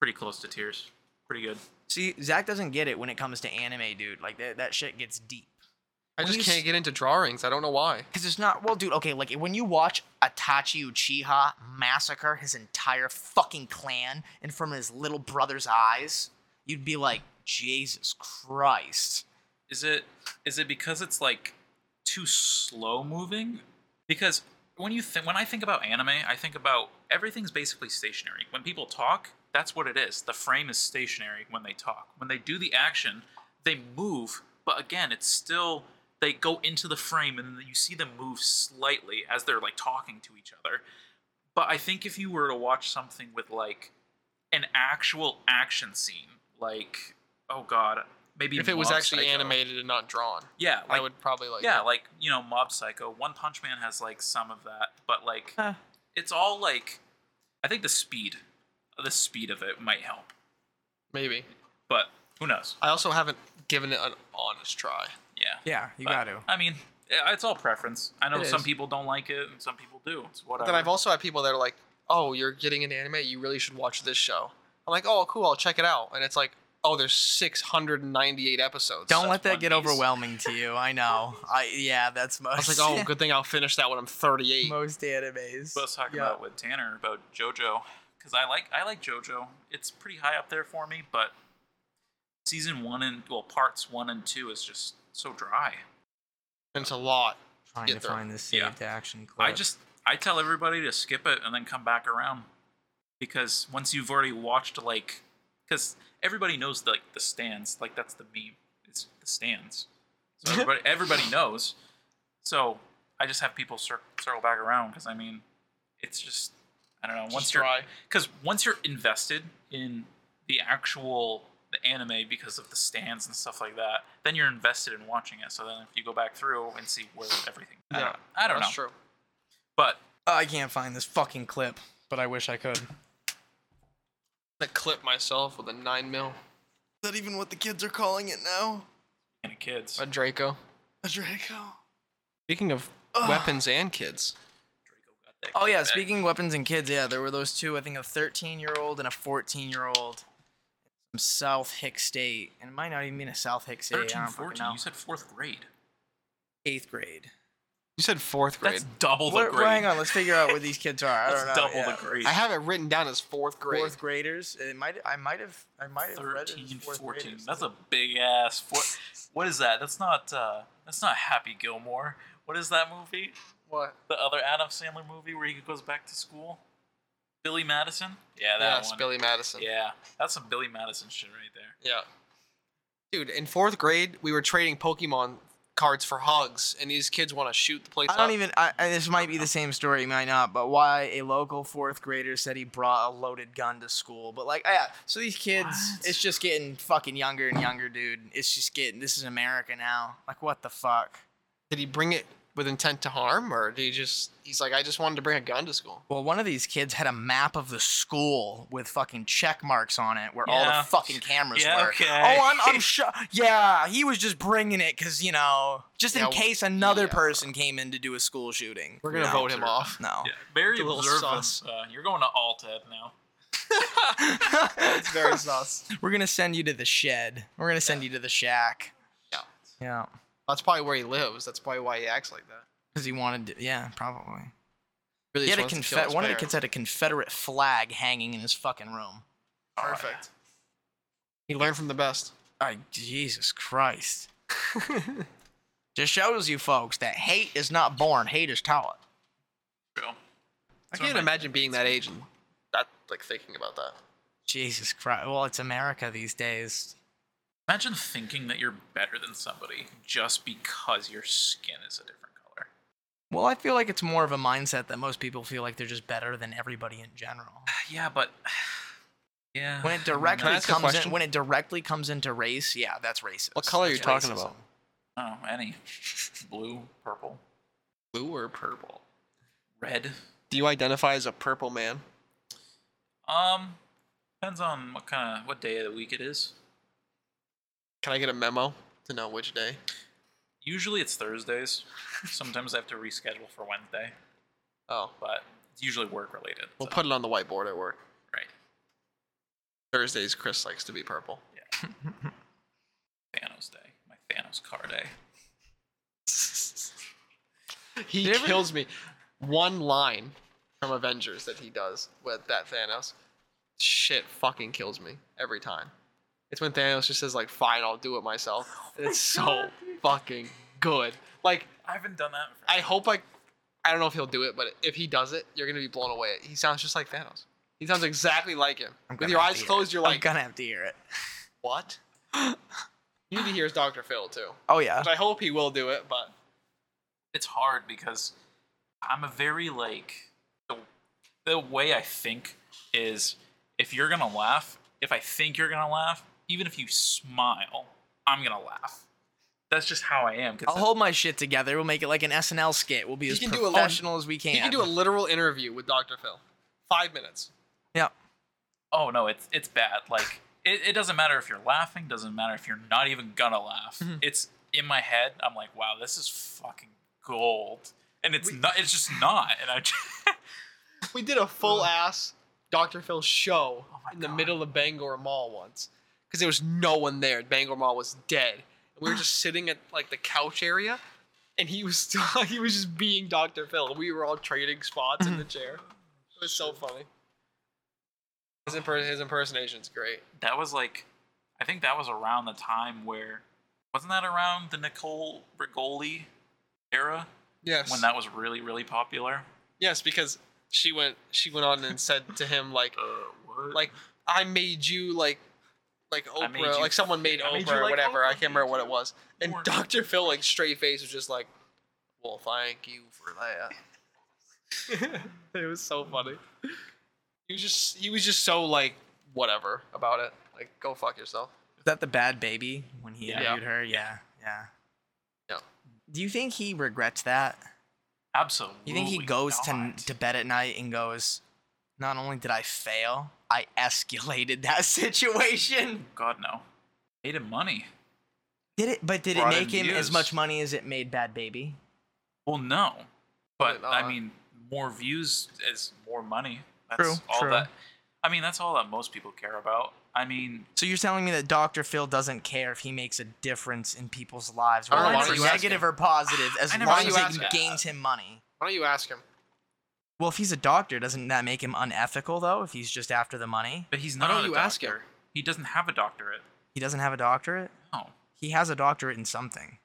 S3: pretty close to tears. Pretty good.
S2: See, Zach doesn't get it when it comes to anime, dude. Like that, that shit gets deep.
S1: I
S2: What
S1: just
S2: do you
S1: can't
S2: s-
S1: get into drawings. I don't know why.
S2: Cause it's not well, dude. Okay, like when you watch Itachi Uchiha massacre his entire fucking clan and from his little brother's eyes, you'd be like, Jesus Christ.
S3: Is it? Is it because it's like too slow moving? Because when you think when I think about anime, I think about everything's basically stationary. When people talk, that's what it is. The frame is stationary when they talk. When they do the action, they move, but again, it's still they go into the frame and you see them move slightly as they're like talking to each other. But I think if you were to watch something with like an actual action scene, like oh god, maybe
S1: If it was
S3: Mob
S1: actually
S3: Psycho.
S1: animated and not drawn,
S3: yeah,
S1: I
S3: like
S1: would probably like.
S3: yeah,
S1: it.
S3: like you know, Mob Psycho. One Punch Man has like some of that, but like
S2: Huh.
S3: it's all like I think the speed, the speed of it might help,
S1: maybe.
S3: but who knows?
S1: I also haven't given it an honest try.
S3: Yeah,
S2: Yeah, you
S3: But,
S2: got to.
S3: I mean, i- it's all preference. I know
S1: It
S3: some
S1: is.
S3: people don't like it, and some people do. It's
S1: But
S3: whatever.
S1: then I've also had people that are like, "Oh, you're getting an anime. You really should watch this show." I'm like, "Oh, cool. I'll check it out." And it's like, "Oh, there's 698 episodes."
S2: Don't
S3: That's
S2: let that
S3: One
S2: get
S3: Piece.
S2: overwhelming to you. I know. I yeah, that's most.
S1: I was like, "Oh, good thing I'll finish that when I'm 38."
S2: most animes.
S3: I was talking
S2: Yeah.
S3: about with Tanner about JoJo because I like I like JoJo. It's pretty high up there for me, but season one and well, parts one and two is just so dry.
S1: And it's a lot.
S2: trying
S1: Get
S2: to
S1: through.
S2: find the
S3: Yeah.
S2: saved action clip.
S3: I just I tell everybody to skip it and then come back around because once you've already watched like because everybody knows like the stands like that's the meme it's the stands so everybody everybody knows so I just have people cir- circle back around because I mean it's just I don't know once
S1: Just
S3: you're
S1: try.
S3: because once you're invested in the actual the anime because of the stands and stuff like that then you're invested in watching it so then if you go back through and see where everything I don't, I don't know
S1: That's true.
S3: but
S2: I can't find this fucking clip, but I wish I could. Is
S1: I clip myself with a nine mil,
S2: that even what the kids are calling it now?
S3: and kids.
S1: a Draco.
S2: A Draco.
S1: Speaking of
S2: Ugh.
S1: weapons and kids,
S2: Oh yeah, speaking of weapons and kids, yeah, there were those two. I think a 13-year-old and a 14-year-old from South Hick State, and it might not even mean a South Hick State.
S3: 13,
S2: I don't fucking
S3: 14,
S2: know.
S3: you said fourth grade.
S2: Eighth grade.
S1: you said fourth grade.
S3: That's double the
S2: What-
S3: grade.
S2: hang on, let's figure out where these kids are. I
S3: That's
S2: don't know.
S3: double
S2: yeah.
S3: the grade.
S1: I have it written down as fourth grade.
S2: Fourth graders. It might. I might have. I might have read it. as
S3: 13,
S2: fourth
S3: 14.
S2: graders.
S3: That's a big ass. Four- what is that? That's not. Uh, that's not Happy Gilmore. What is that movie?
S1: What?
S3: The other Adam Sandler movie where he goes back to school. Billy Madison. Yeah, that
S1: yes,
S3: one.
S1: Billy Madison.
S3: Yeah, that's some Billy Madison shit right there.
S1: Yeah. Dude, in fourth grade, we were trading Pokemon cards for hugs, and these kids want to shoot the place
S2: I don't
S1: up.
S2: even. I, I, this might be the same story, it might not. But why a local fourth grader said he brought a loaded gun to school? But like, yeah. So these kids,
S3: What?
S2: it's just getting fucking younger and younger, dude. It's just getting. This is America now. Like, what the fuck?
S1: Did he bring it with intent to harm, or do you just? He's like, I just wanted to bring a gun to school.
S2: Well, one of these kids had a map of the school with fucking check marks on it where all
S3: Yeah.
S2: the fucking cameras
S3: Yeah,
S2: were.
S3: okay.
S2: Oh, I'm, I'm sure. Yeah, he was just bringing it because, you know, just in
S1: Yeah,
S2: case another
S1: yeah.
S2: person came in to do a school shooting.
S1: We're gonna
S2: No.
S1: vote him off.
S2: No.
S3: Yeah, very
S1: It's a little
S3: observant.
S1: sus.
S3: Uh, you're going to alt ed now.
S1: It's very sus.
S2: We're going to send you to the shed. We're going to send you to the shack.
S1: Yeah.
S2: Yeah.
S1: That's probably where he lives. That's probably why he acts like that.
S2: Because he wanted to. Yeah, probably.
S1: Really,
S2: He had a
S1: just wants to kill
S2: confe-
S1: his
S2: one of the
S1: parents.
S2: kids had a Confederate flag hanging in his fucking room.
S1: Perfect. He learned from the best.
S2: I Jesus Christ. Just shows you folks that hate is not born, hate is taught.
S3: True.
S1: I
S3: So am
S1: can't
S3: I.
S1: imagine being that age and that like thinking about that.
S2: Jesus Christ. Well, it's America these days.
S3: Imagine thinking that you're better than somebody just because your skin is a different color.
S2: Well, I feel like it's more of a mindset that most people feel like they're just better than everybody in general.
S3: Yeah, but yeah.
S2: When it
S1: Can
S2: directly
S1: I ask a
S2: comes in,
S1: question?
S2: when it directly comes into race, yeah, that's racist.
S1: What color are you
S2: That's
S1: talking
S2: racism.
S1: about?
S3: oh, any blue, purple,
S1: Blue or purple?
S3: red.
S1: Do you identify as a purple man?
S3: Um, depends on what kind of what day of the week it is.
S1: Can I get a memo to know which day?
S3: Usually it's Thursdays. Sometimes I have to reschedule for Wednesday,
S1: Oh,
S3: but it's usually work related.
S1: we'll
S3: so-
S1: put it on the whiteboard at work.
S3: right.
S1: Thursdays, Chris likes to be purple.
S3: Thanos Day, my Thanos car day.
S1: He
S2: Did you ever-
S1: kills me. One line from Avengers that he does with that Thanos. Shit fucking kills me every time. It's when Thanos just says like, "Fine, I'll do it myself."
S2: Oh
S1: And it's so
S3: God,
S1: fucking good. Like,
S3: I haven't done that. In
S1: I hope like I don't know if he'll do it, but if he does it, you're gonna be blown away. He sounds just like Thanos. He sounds exactly like him.
S2: I'm
S1: With
S2: gonna
S1: your
S2: have to
S1: eyes
S2: hear
S1: closed,
S2: it.
S1: you're
S2: I'm
S1: like,
S2: gonna have to hear it.
S1: "What?" you need to hear his Doctor Phil too.
S2: Oh yeah.
S1: Which I hope he will do it, but
S3: it's hard because I'm a very like the, the way I think is if you're gonna laugh, if I think you're gonna laugh, even if you smile, I'm gonna laugh. That's just how I am. 'cause
S2: I'll hold my shit together. We'll make it like an SNL skit. We'll be
S1: You
S2: as
S1: can do a long-
S2: professional as we can.
S1: he can do a literal interview with Doctor Phil. Five minutes.
S2: Yeah.
S3: oh no, it's it's bad. Like it, it doesn't matter if you're laughing, doesn't matter if you're not even gonna laugh. It's in my head. I'm like, wow, this is fucking gold, and it's not. It's just not. And I just,
S1: We did a full ass Dr. Phil show
S3: my
S1: in the
S3: God.
S1: middle of Bangor Mall once because there was no one there. Bangor Mall was dead. And we were just sitting at like the couch area and he was still, he was just being Dr. Phil. and We were all trading spots in the chair. It was so funny. His, imper- his impersonation's great.
S3: that was like, I think that was around the time where wasn't that around the Nicole Rigoli era
S1: Yes.
S3: when that was really really popular.
S1: yes, because she went she went on and said to him like
S3: Uh, what?
S1: like I made you like like
S3: I
S1: Oprah,
S3: made you-
S1: like someone made
S3: I
S1: Oprah
S3: made you
S1: or
S3: like
S1: whatever.
S3: Oprah,
S1: I can't remember
S3: made
S1: what
S3: you
S1: it was. And
S3: porn.
S1: Dr. Phil, like straight face, was just like, "Well, thank you for that." it was so funny. He was just he was just so like whatever about it. Like go fuck yourself.
S2: Is that the bad baby when he
S3: Yeah.
S2: interviewed her? Yeah, yeah.
S1: Yeah.
S2: Do you think he regrets that?
S3: absolutely.
S2: You think he goes
S3: not.
S2: to to bed at night and goes, "Not only did I fail, I escalated that situation."
S3: God no, made him money.
S2: Did it? But did it
S3: Brought
S2: make
S3: in
S2: him as
S3: views.
S2: much money as it made Bad Baby?
S3: Well, no, but
S1: Probably
S3: I
S1: not.
S3: mean, more views is more money. That's
S2: True,
S3: all
S2: true.
S3: that. I mean, that's all that most people care about. I mean,
S2: So you're telling me that Dr. Phil doesn't care if he makes a difference in people's lives,
S1: I don't
S2: whether
S3: know why
S2: it's
S3: you ask
S2: negative
S1: him.
S2: or positive, as
S3: I
S2: long
S3: never
S1: asked
S2: as
S1: you
S2: it
S1: that.
S2: gains him money.
S1: Why don't you ask him?
S2: Well, if he's a doctor, doesn't that make him unethical though? If he's just after the money,
S3: but he's
S1: Why
S3: not.
S1: don't
S3: a
S1: you
S3: doctor.
S1: ask him?
S3: He doesn't have a doctorate.
S2: he doesn't have a doctorate.
S3: No,
S2: He has a doctorate in something.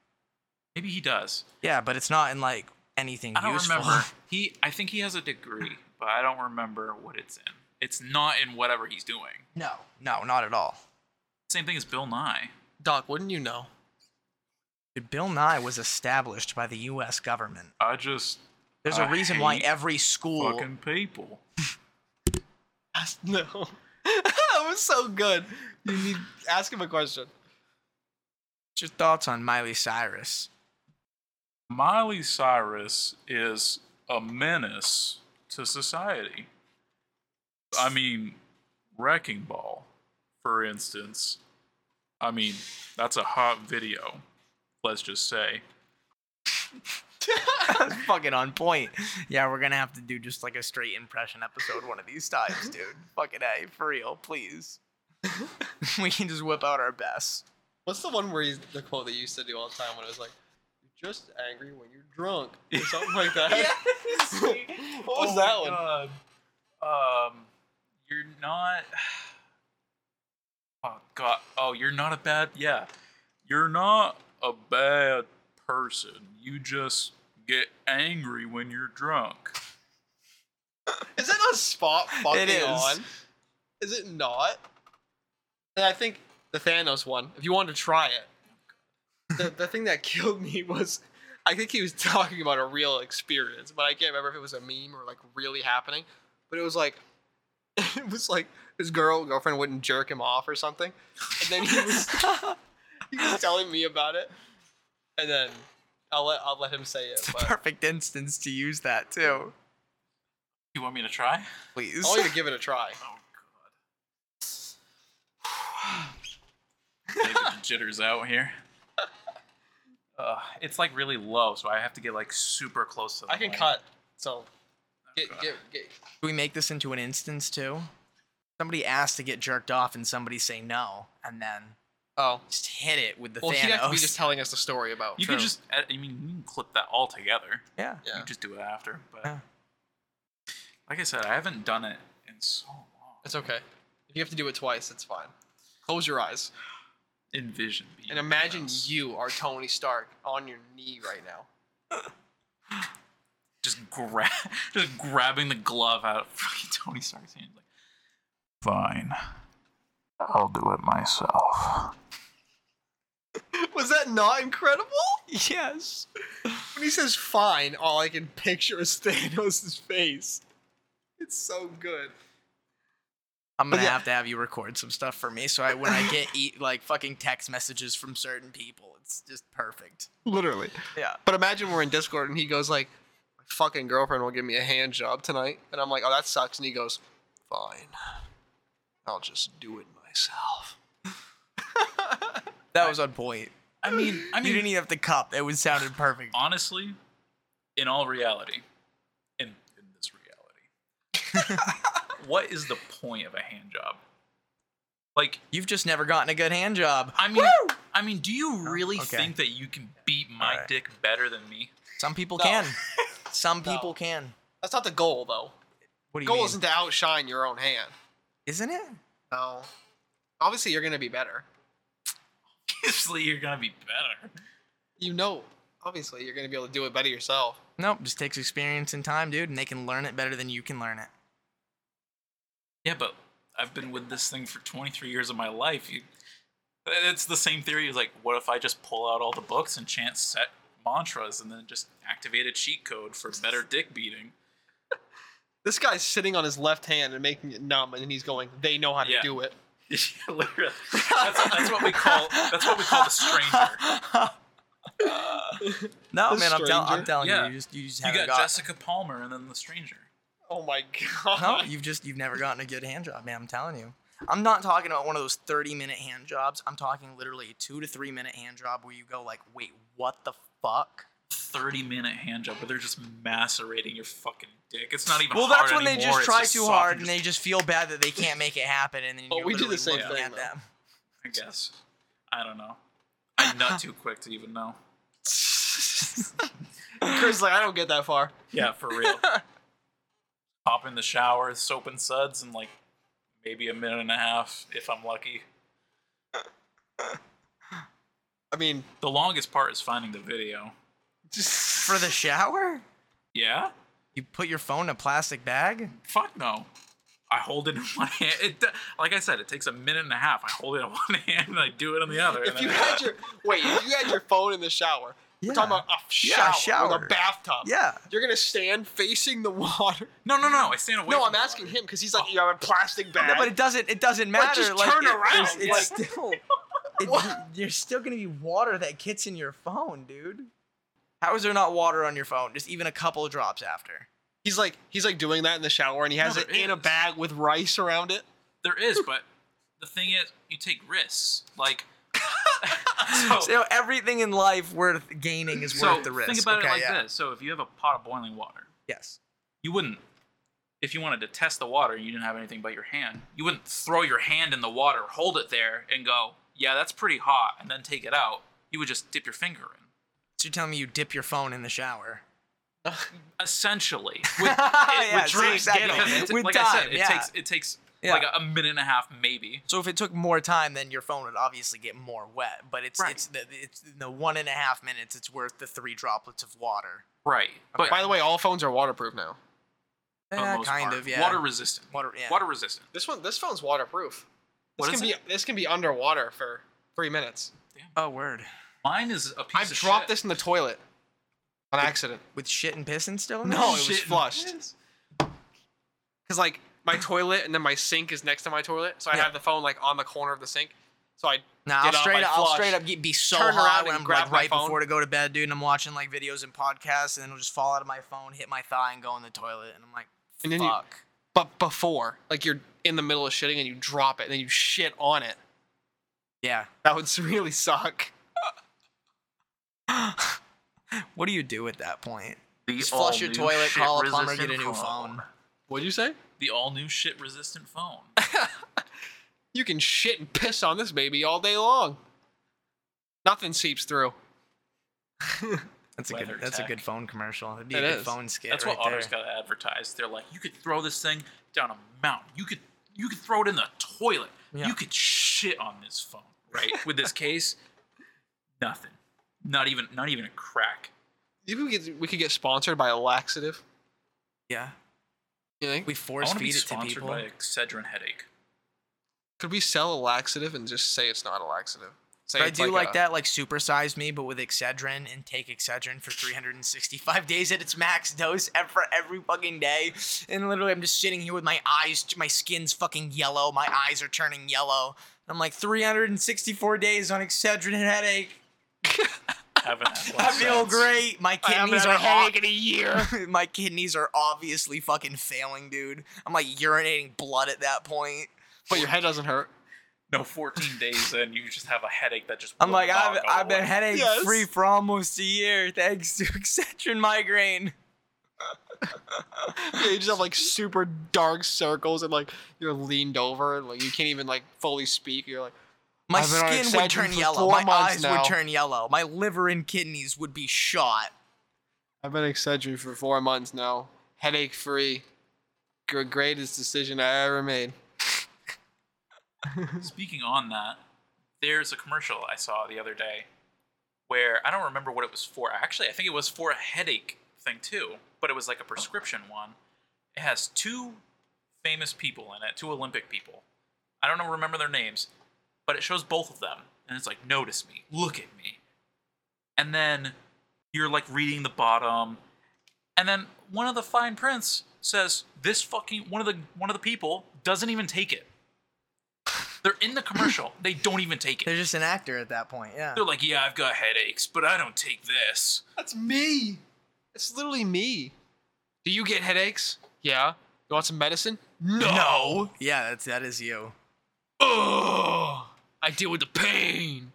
S3: maybe he does.
S2: Yeah, but it's not in like anything
S3: I don't
S2: useful.
S3: remember. He, I think he has a degree, but I don't remember what it's in. It's not in whatever he's doing.
S2: no, no, not at all.
S3: Same thing as Bill Nye.
S1: Doc, wouldn't you know?
S2: Dude, Bill Nye was established by the U.S. government.
S3: I just
S2: There's a
S3: Oh, I
S2: reason why
S3: hate
S2: every school.
S3: fucking people.
S1: Ask no. that was so good. You need ask him a question.
S2: What's your thoughts on Miley Cyrus?
S3: Miley Cyrus is a menace to society. I mean, Wrecking Ball, for instance. I mean, that's a hot video, let's just say.
S2: That's fucking on point. Yeah, we're gonna have to do just like a straight impression episode one of these times, dude. fucking A, for real, please. we can just whip out our best.
S1: What's the one where he's the quote that you used to do all the time when it was like, "You're just angry when you're drunk" or something like that? What was that one?
S3: one? Oh God. Um, you're not. Oh God! Oh, you're not a bad. Yeah, you're not a bad person. You just get angry when you're drunk.
S1: Is that a spot fucking
S2: is.
S1: on? Is it not? And I think the Thanos one, if you want to try it, the, the thing that killed me was I think he was talking about a real experience, but I can't remember if it was a meme or like really happening. But it was like, it was like his girl girlfriend wouldn't jerk him off or something, and then he was he was telling me about it, and then I'll let I'll let him say it.
S2: It's a
S1: But
S2: perfect instance to use that too.
S3: You want me to try?
S2: Please.
S1: I want you to give it a try.
S3: Oh God! Maybe the jitters out here. Uh, it's like really low, so I have to get like super close to. The
S1: I can
S3: mic.
S1: cut. So get
S3: God.
S1: get get.
S2: Do we make this into an instance too? Somebody asked to get jerked off and somebody say no, and then
S1: Oh.
S2: just hit it with the
S1: Well,
S2: Thanos.
S1: he'd have to be just telling us the story about.
S3: You
S2: True.
S3: can just. I I mean, you can clip that all together.
S2: yeah.
S1: Yeah.
S3: You just do it after. But
S2: Yeah.
S3: like I said, I haven't done it in so long.
S1: It's okay. If you have to do it twice, it's fine. Close your eyes
S3: Envision being
S1: and imagine
S3: Thanos.
S1: you are Tony Stark on your knee right now.
S3: just grab, just grabbing the glove out of fucking Tony Stark's hand. Like, fine, I'll do it myself.
S1: Was that not incredible?
S2: Yes.
S1: When he says "fine," all I can picture is Thanos' face. It's so good.
S2: I'm gonna
S1: Yeah.
S2: have to have you record some stuff for me, so I when I get eat like fucking text messages from certain people, it's just perfect.
S1: Literally.
S2: Yeah.
S1: But imagine we're in Discord and he goes like, "My fucking girlfriend will give me a hand job tonight," and I'm like, "Oh, that sucks," and he goes, "Fine, I'll just do it myself."
S2: That was on point.
S3: I mean, I
S2: you
S3: mean,
S2: didn't e-, even have to cup. It was sounded perfect.
S3: honestly, in all reality, in, in this reality, what is the point of a hand job? Like,
S2: You've just never gotten a good hand job.
S3: I mean, I mean, do you really
S2: okay.
S3: think that you can beat my
S2: Alright.
S3: dick better than me?
S2: Some people
S1: No.
S2: can. Some
S1: No.
S2: people can.
S1: That's not the goal, though.
S2: What do you
S1: goal
S2: mean?
S1: isn't to outshine your own hand.
S2: Isn't it?
S1: No. Obviously, you're gonna be better.
S3: Obviously, you're gonna be better.
S1: You know, obviously, you're gonna be able to do it better yourself.
S2: Nope. Just takes experience and time, dude, and they can learn it better than you can learn it.
S3: Yeah, but I've been with this thing for 23 years of my life. You, it's the same theory. It's like, what if I just pull out all the books and chant set mantras and then just activate a cheat code for better dick beating?
S1: This guy's sitting on his left hand and making it numb, and he's going, "They know how to
S3: Yeah.
S1: do it."
S3: Literally. That's, that's what we call. That's what we call the stranger.
S2: No,
S1: The
S2: man, I'm, tell- I'm
S1: stranger?
S2: telling
S3: Yeah.
S2: you, you just you just
S3: You
S2: haven't
S3: got,
S2: got-
S3: Jessica Palmer and then the stranger.
S1: Oh my
S2: No,
S1: god!
S2: you've just you've never gotten a good hand job, man. I'm telling you. I'm not talking about one of those 30 minute hand jobs. I'm talking literally a two to three minute hand job where you go like, wait, what the fuck?
S3: 30 minute hand job where they're just macerating your fucking dick. It's not even
S2: Well,
S3: hard
S2: that's when they
S3: anymore,
S2: just
S3: it's
S2: try too
S3: soft
S2: hard
S3: and
S2: and they just feel bad that they can't make it happen, and then
S1: But
S2: you're
S1: we do the
S2: literally
S1: same
S2: looking
S1: thing,
S2: at
S1: though.
S2: them.
S3: I guess. I don't know. I'm not too quick to even know.
S1: Chris, like, I don't get that far.
S3: Yeah, for real. Hop in the shower, soap and suds, and like maybe a minute and a half if I'm lucky.
S1: I mean,
S3: The longest part is finding the video.
S2: For the shower,
S3: Yeah?
S2: you put your phone in a plastic bag.
S3: Fuck no. I hold it in one hand. It, do- like I said, it takes a minute and a half. I hold it in one hand and I do it in the other. and
S1: if you
S3: then-
S1: had your wait, if you had your phone in the shower, we're talking
S2: Yeah.
S1: about a
S2: Yeah,
S1: shower,
S2: a
S1: with
S2: shower.
S1: a bathtub.
S2: Yeah.
S1: You're gonna stand facing the water.
S3: no, no, no. I stand away.
S1: no,
S3: from
S1: I'm
S3: the
S1: asking
S3: water.
S1: him because he's
S3: Oh.
S1: like, you have a plastic bag.
S2: No, but it doesn't. It doesn't
S1: Like,
S2: matter.
S1: just turn
S2: it-
S1: around,
S2: there's- It's,
S1: like-
S2: still. It,
S1: What?
S2: there's still gonna be water that gets in your phone, dude. How is there not water on your phone? Just even a couple of drops after.
S1: He's like he's like doing that in the shower, and he has
S3: No,
S1: it
S3: there
S1: in a
S3: is.
S1: bag with rice around it.
S3: There is, but the thing is, you take risks. Like, so,
S2: So everything in life worth gaining is
S3: so
S2: worth the risk.
S3: think about
S2: okay,
S3: it like
S2: yeah.
S3: this: so if you have a pot of boiling water,
S2: Yes.
S3: you wouldn't, if you wanted to test the water and you didn't have anything but your hand, you wouldn't throw your hand in the water, hold it there, and go, "Yeah, that's pretty hot," and then take it out. You would just dip your finger in.
S2: So you're telling me you dip your phone in the shower?
S3: essentially with,
S2: Yeah,
S3: with
S2: see,
S3: time,
S2: exactly.
S3: because it ta-
S2: With
S3: like I
S2: time,
S3: said, it
S2: yeah.
S3: takes it takes
S2: Yeah.
S3: like a, a minute and a half maybe.
S2: So if it took more time, then your phone would obviously get more wet. But it's
S3: Right.
S2: it's the it's in the one and a half minutes. It's worth the three droplets of water.
S3: Right, but
S1: By the way, all phones are waterproof now.
S3: for the
S2: Eh,
S3: most
S2: kind
S3: part,
S2: of yeah.
S3: water resistant.
S2: Water. Yeah.
S3: Water resistant.
S1: This one, this phone's waterproof. This
S3: What
S1: can
S3: is
S1: be
S3: it?
S1: this can be underwater for three minutes.
S2: Oh word.
S3: Mine is a piece
S1: I've
S3: of
S1: dropped
S3: shit.
S1: this in the toilet on accident.
S2: With shit and pissing still. in
S1: No,
S2: it?
S1: it was
S3: Shit.
S1: flushed. Cause like my toilet and then my sink is next to my toilet, so I
S2: Yeah.
S1: have the phone like on the corner of the sink. So I
S2: Nah, I'll
S1: Get up,
S2: straight
S1: I
S2: up, I'll
S1: flush.
S2: straight up get, be so
S1: Turn
S2: hot
S1: around
S2: when
S1: and
S2: I'm
S1: grab
S2: like
S1: my
S2: right
S1: phone.
S2: before to go to bed, dude, and I'm watching like videos and podcasts, and then it'll just fall out of my phone, hit my thigh, and go in the toilet, and I'm like,
S1: And then you-
S2: fuck.
S1: but before like you're in the middle of shitting and you drop it and then you shit on it.
S2: yeah.
S1: That would really suck.
S2: What do you do at that point?
S3: The
S2: Just flush your
S3: all-new
S2: toilet, call a plumber,
S3: shit-resistant
S2: get a new phone.
S1: What'd you say?
S3: The all new shit resistant phone.
S1: You can shit and piss on this baby all day long. Nothing seeps through.
S2: That's a
S3: Weather
S2: good. That's
S3: tech.
S2: a good phone commercial. It'd be
S1: It
S2: a good
S1: is.
S2: phone skit.
S3: That's
S2: right
S3: what Otter's
S2: there.
S3: got to advertise. They're like, you could throw this thing down a mountain. You could you could throw it in the toilet.
S2: Yeah.
S3: You could shit on this phone, right? With this case, nothing. Not even not even a crack.
S1: Maybe we could, we could get sponsored by a laxative.
S2: Yeah,
S1: You think?
S2: we
S3: I
S2: force
S3: want to be
S2: feed it to
S3: sponsored
S2: people.
S3: by Excedrin headache.
S1: Could we sell a laxative and just say it's not a laxative? Say
S2: But I
S1: it's
S2: do like,
S1: a-
S2: that, like supersize me, but with Excedrin and take Excedrin for 365 days at its max dose ev- for every fucking day. And literally, I'm just sitting here with my eyes, my skin's fucking yellow, my eyes are turning yellow. I'm like 364 days on Excedrin and headache.
S3: Haven't had one
S2: I feel
S3: since.
S2: great. My
S1: I haven't
S2: kidneys
S1: had
S2: are
S1: a headache
S2: in a year. my kidneys are obviously fucking failing, dude. I'm like urinating blood at that point.
S1: But your head doesn't hurt.
S3: No, 14 days and you just have a headache that just.
S2: I'm
S1: Oh,
S3: will
S2: like,
S3: not
S2: I've,
S3: go
S2: I've been
S3: away.
S2: headache
S1: Yes.
S2: free for almost a year thanks to Excedrin migraine.
S1: Yeah, you just have like super dark circles and like you're leaned over and like you can't even like fully speak. You're like,
S2: My
S1: I've been on
S2: skin
S1: Excedrin
S2: would turn
S1: for
S2: yellow.
S1: four
S2: My
S1: months
S2: eyes
S1: now.
S2: would turn yellow. My liver and kidneys would be shot.
S1: I've been Excedrin for four months now, headache free. Gr- Greatest decision I ever made.
S3: Speaking on that, there's a commercial I saw the other day where I don't remember what it was for. Actually, I think it was for a headache thing too, but it was like a prescription one. It has two famous people in it, two Olympic people. I don't know, remember their names, but it shows both of them. And it's like, notice me, look at me. And then you're like reading the bottom. And then one of the fine prints says, this fucking one of the one of the people doesn't even take it. They're in the commercial. they don't even take it.
S2: They're just an actor at that point, yeah.
S3: They're like, yeah, I've got headaches, but I don't take this.
S1: That's me. It's literally me. Do you get headaches? Yeah. You want some medicine?
S3: No.
S2: Yeah, that's that is you.
S1: Ugh. I deal with the pain.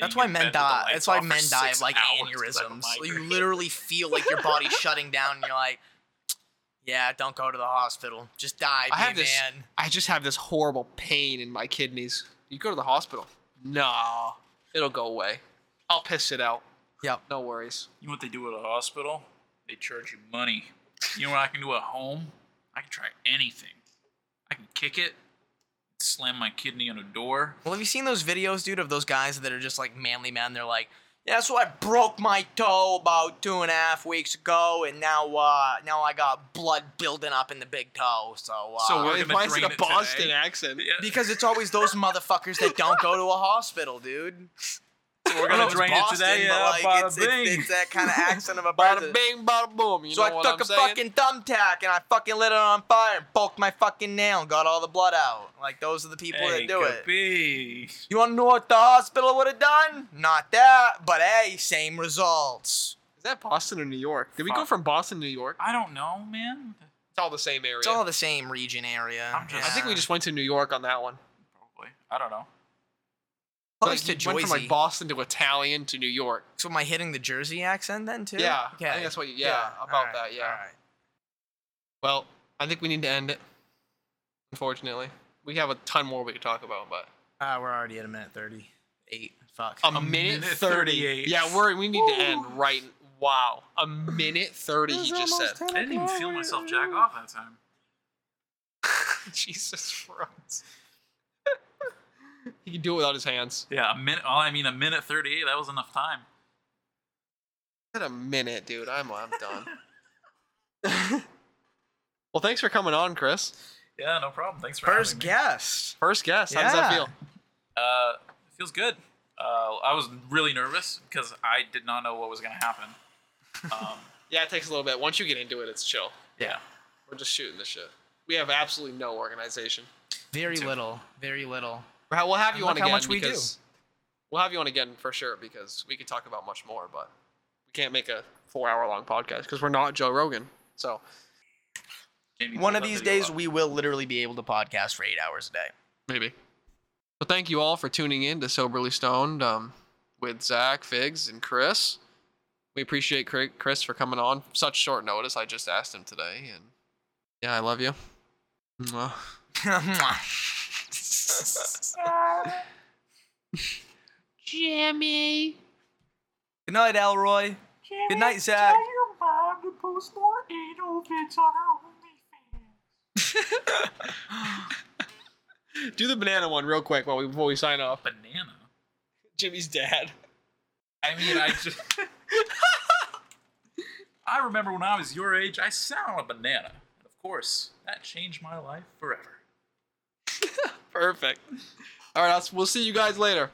S2: That's why men die. That's why men die of like aneurysms. You literally feel like your body's shutting down and you're like, yeah, don't go to the hospital. Just die,
S1: I
S2: be
S1: have
S2: a
S1: this-
S2: man.
S1: I just have this horrible pain in my kidneys. You go to the hospital. Nah, it'll go away. I'll piss it out.
S2: Yep.
S1: No worries.
S3: You know what they do at a hospital? They charge you money. You know what I can do at home? I can try anything. I can kick it, slam my kidney on a door.
S2: Well, have you seen those videos, dude, of those guys that are just like manly men? They're like, yeah, so I broke my toe about two and a half weeks ago, and now, uh, now I got blood building up in the big toe. So, uh,
S3: So We're gonna
S1: Why is it
S3: drain
S1: a
S3: it today.
S1: Boston accent?
S3: Yeah.
S2: because it's always those motherfuckers that don't go to a hospital, dude.
S3: So we're
S2: I
S3: gonna
S2: know it's
S3: drain it
S2: Boston,
S3: today.
S2: but,
S1: uh,
S3: Yeah,
S2: like,
S3: bada
S2: it's, it's-
S3: bing.
S2: it's that kind of accent of a
S1: Bada
S2: president.
S1: bing, bada boom. You
S2: So I
S1: know what
S2: took
S1: I'm
S2: a
S1: saying?
S2: fucking thumbtack and I fucking lit it on fire and poked my fucking nail and got all the blood out. Like those are the people
S3: hey,
S2: that do
S3: could
S2: it.
S3: Be.
S2: You want to know what the hospital would have done? Not that, but hey, same results.
S1: Is that Boston or New York? Did we go
S3: Fuck.
S1: from Boston to New York?
S3: I don't know, man.
S1: It's all the same area.
S2: It's all the same region area.
S3: I'm just-
S1: I think we just went to New York on that one.
S3: Probably. I don't know.
S2: close
S1: Like,
S2: to
S1: you
S2: Jersey.
S1: went from like Boston to Italian to New York.
S2: so am I hitting the Jersey accent then too?
S1: Yeah, I think that's what you- yeah, about
S2: alright,
S1: that, yeah.
S2: alright.
S1: Well, I think we need to end it. Unfortunately, we have a ton more we could talk about, but
S2: Uh, we're already at a minute thirty-eight. Fuck.
S1: a, minute,
S3: minute
S1: 38.
S3: 38.
S1: Yeah, we're we need
S2: Woo.
S1: to end right. Wow, a minute thirty. he just said.
S3: I didn't even feel myself jack off that time.
S1: Jesus Christ. he can do it without his hands.
S3: Yeah, a minute. All I mean, a minute thirty-eight. That was enough time.
S1: At a minute, dude. I'm I'm done. well, thanks for coming on, Chris.
S3: Yeah, no problem. Thanks for
S2: First
S3: having me.
S2: guest.
S1: First guest. How does that
S2: Yeah.
S1: feel?
S3: Uh, it feels good. Uh, I was really nervous because I did not know what was gonna happen. Um,
S1: Yeah, it takes a little bit. Once you get into it, it's chill.
S3: yeah.
S1: We're just shooting the shit. We have absolutely no organization.
S2: Very
S3: Two.
S2: little. Very little.
S1: Right, We'll have you on
S2: Look
S1: again
S2: how much we do.
S1: because we'll have you on again for sure because we could talk about much more, but we can't make a four-hour-long podcast because we're not Joe Rogan. So
S3: Jamie
S2: One
S3: pulled
S2: of
S3: that
S2: these
S3: video
S2: days,
S3: up.
S2: we will literally be able to podcast for eight hours a day.
S1: Maybe. Well, thank you all for tuning in to Soberly Stoned um, with Zach, Figs, and Chris. We appreciate Cri- Chris for coming on such short notice. I just asked him today, and yeah, I love you. Mwah.
S2: Good night, Elroy. Good night, Zach.
S1: Do the banana one real quick while we before we sign off.
S3: banana.
S1: Jimmy's dad.
S3: I mean, I just. I remember when I was your age, I sat on a banana. And of course, that changed my life forever.
S1: Perfect. All right, I'll, we'll see you guys later.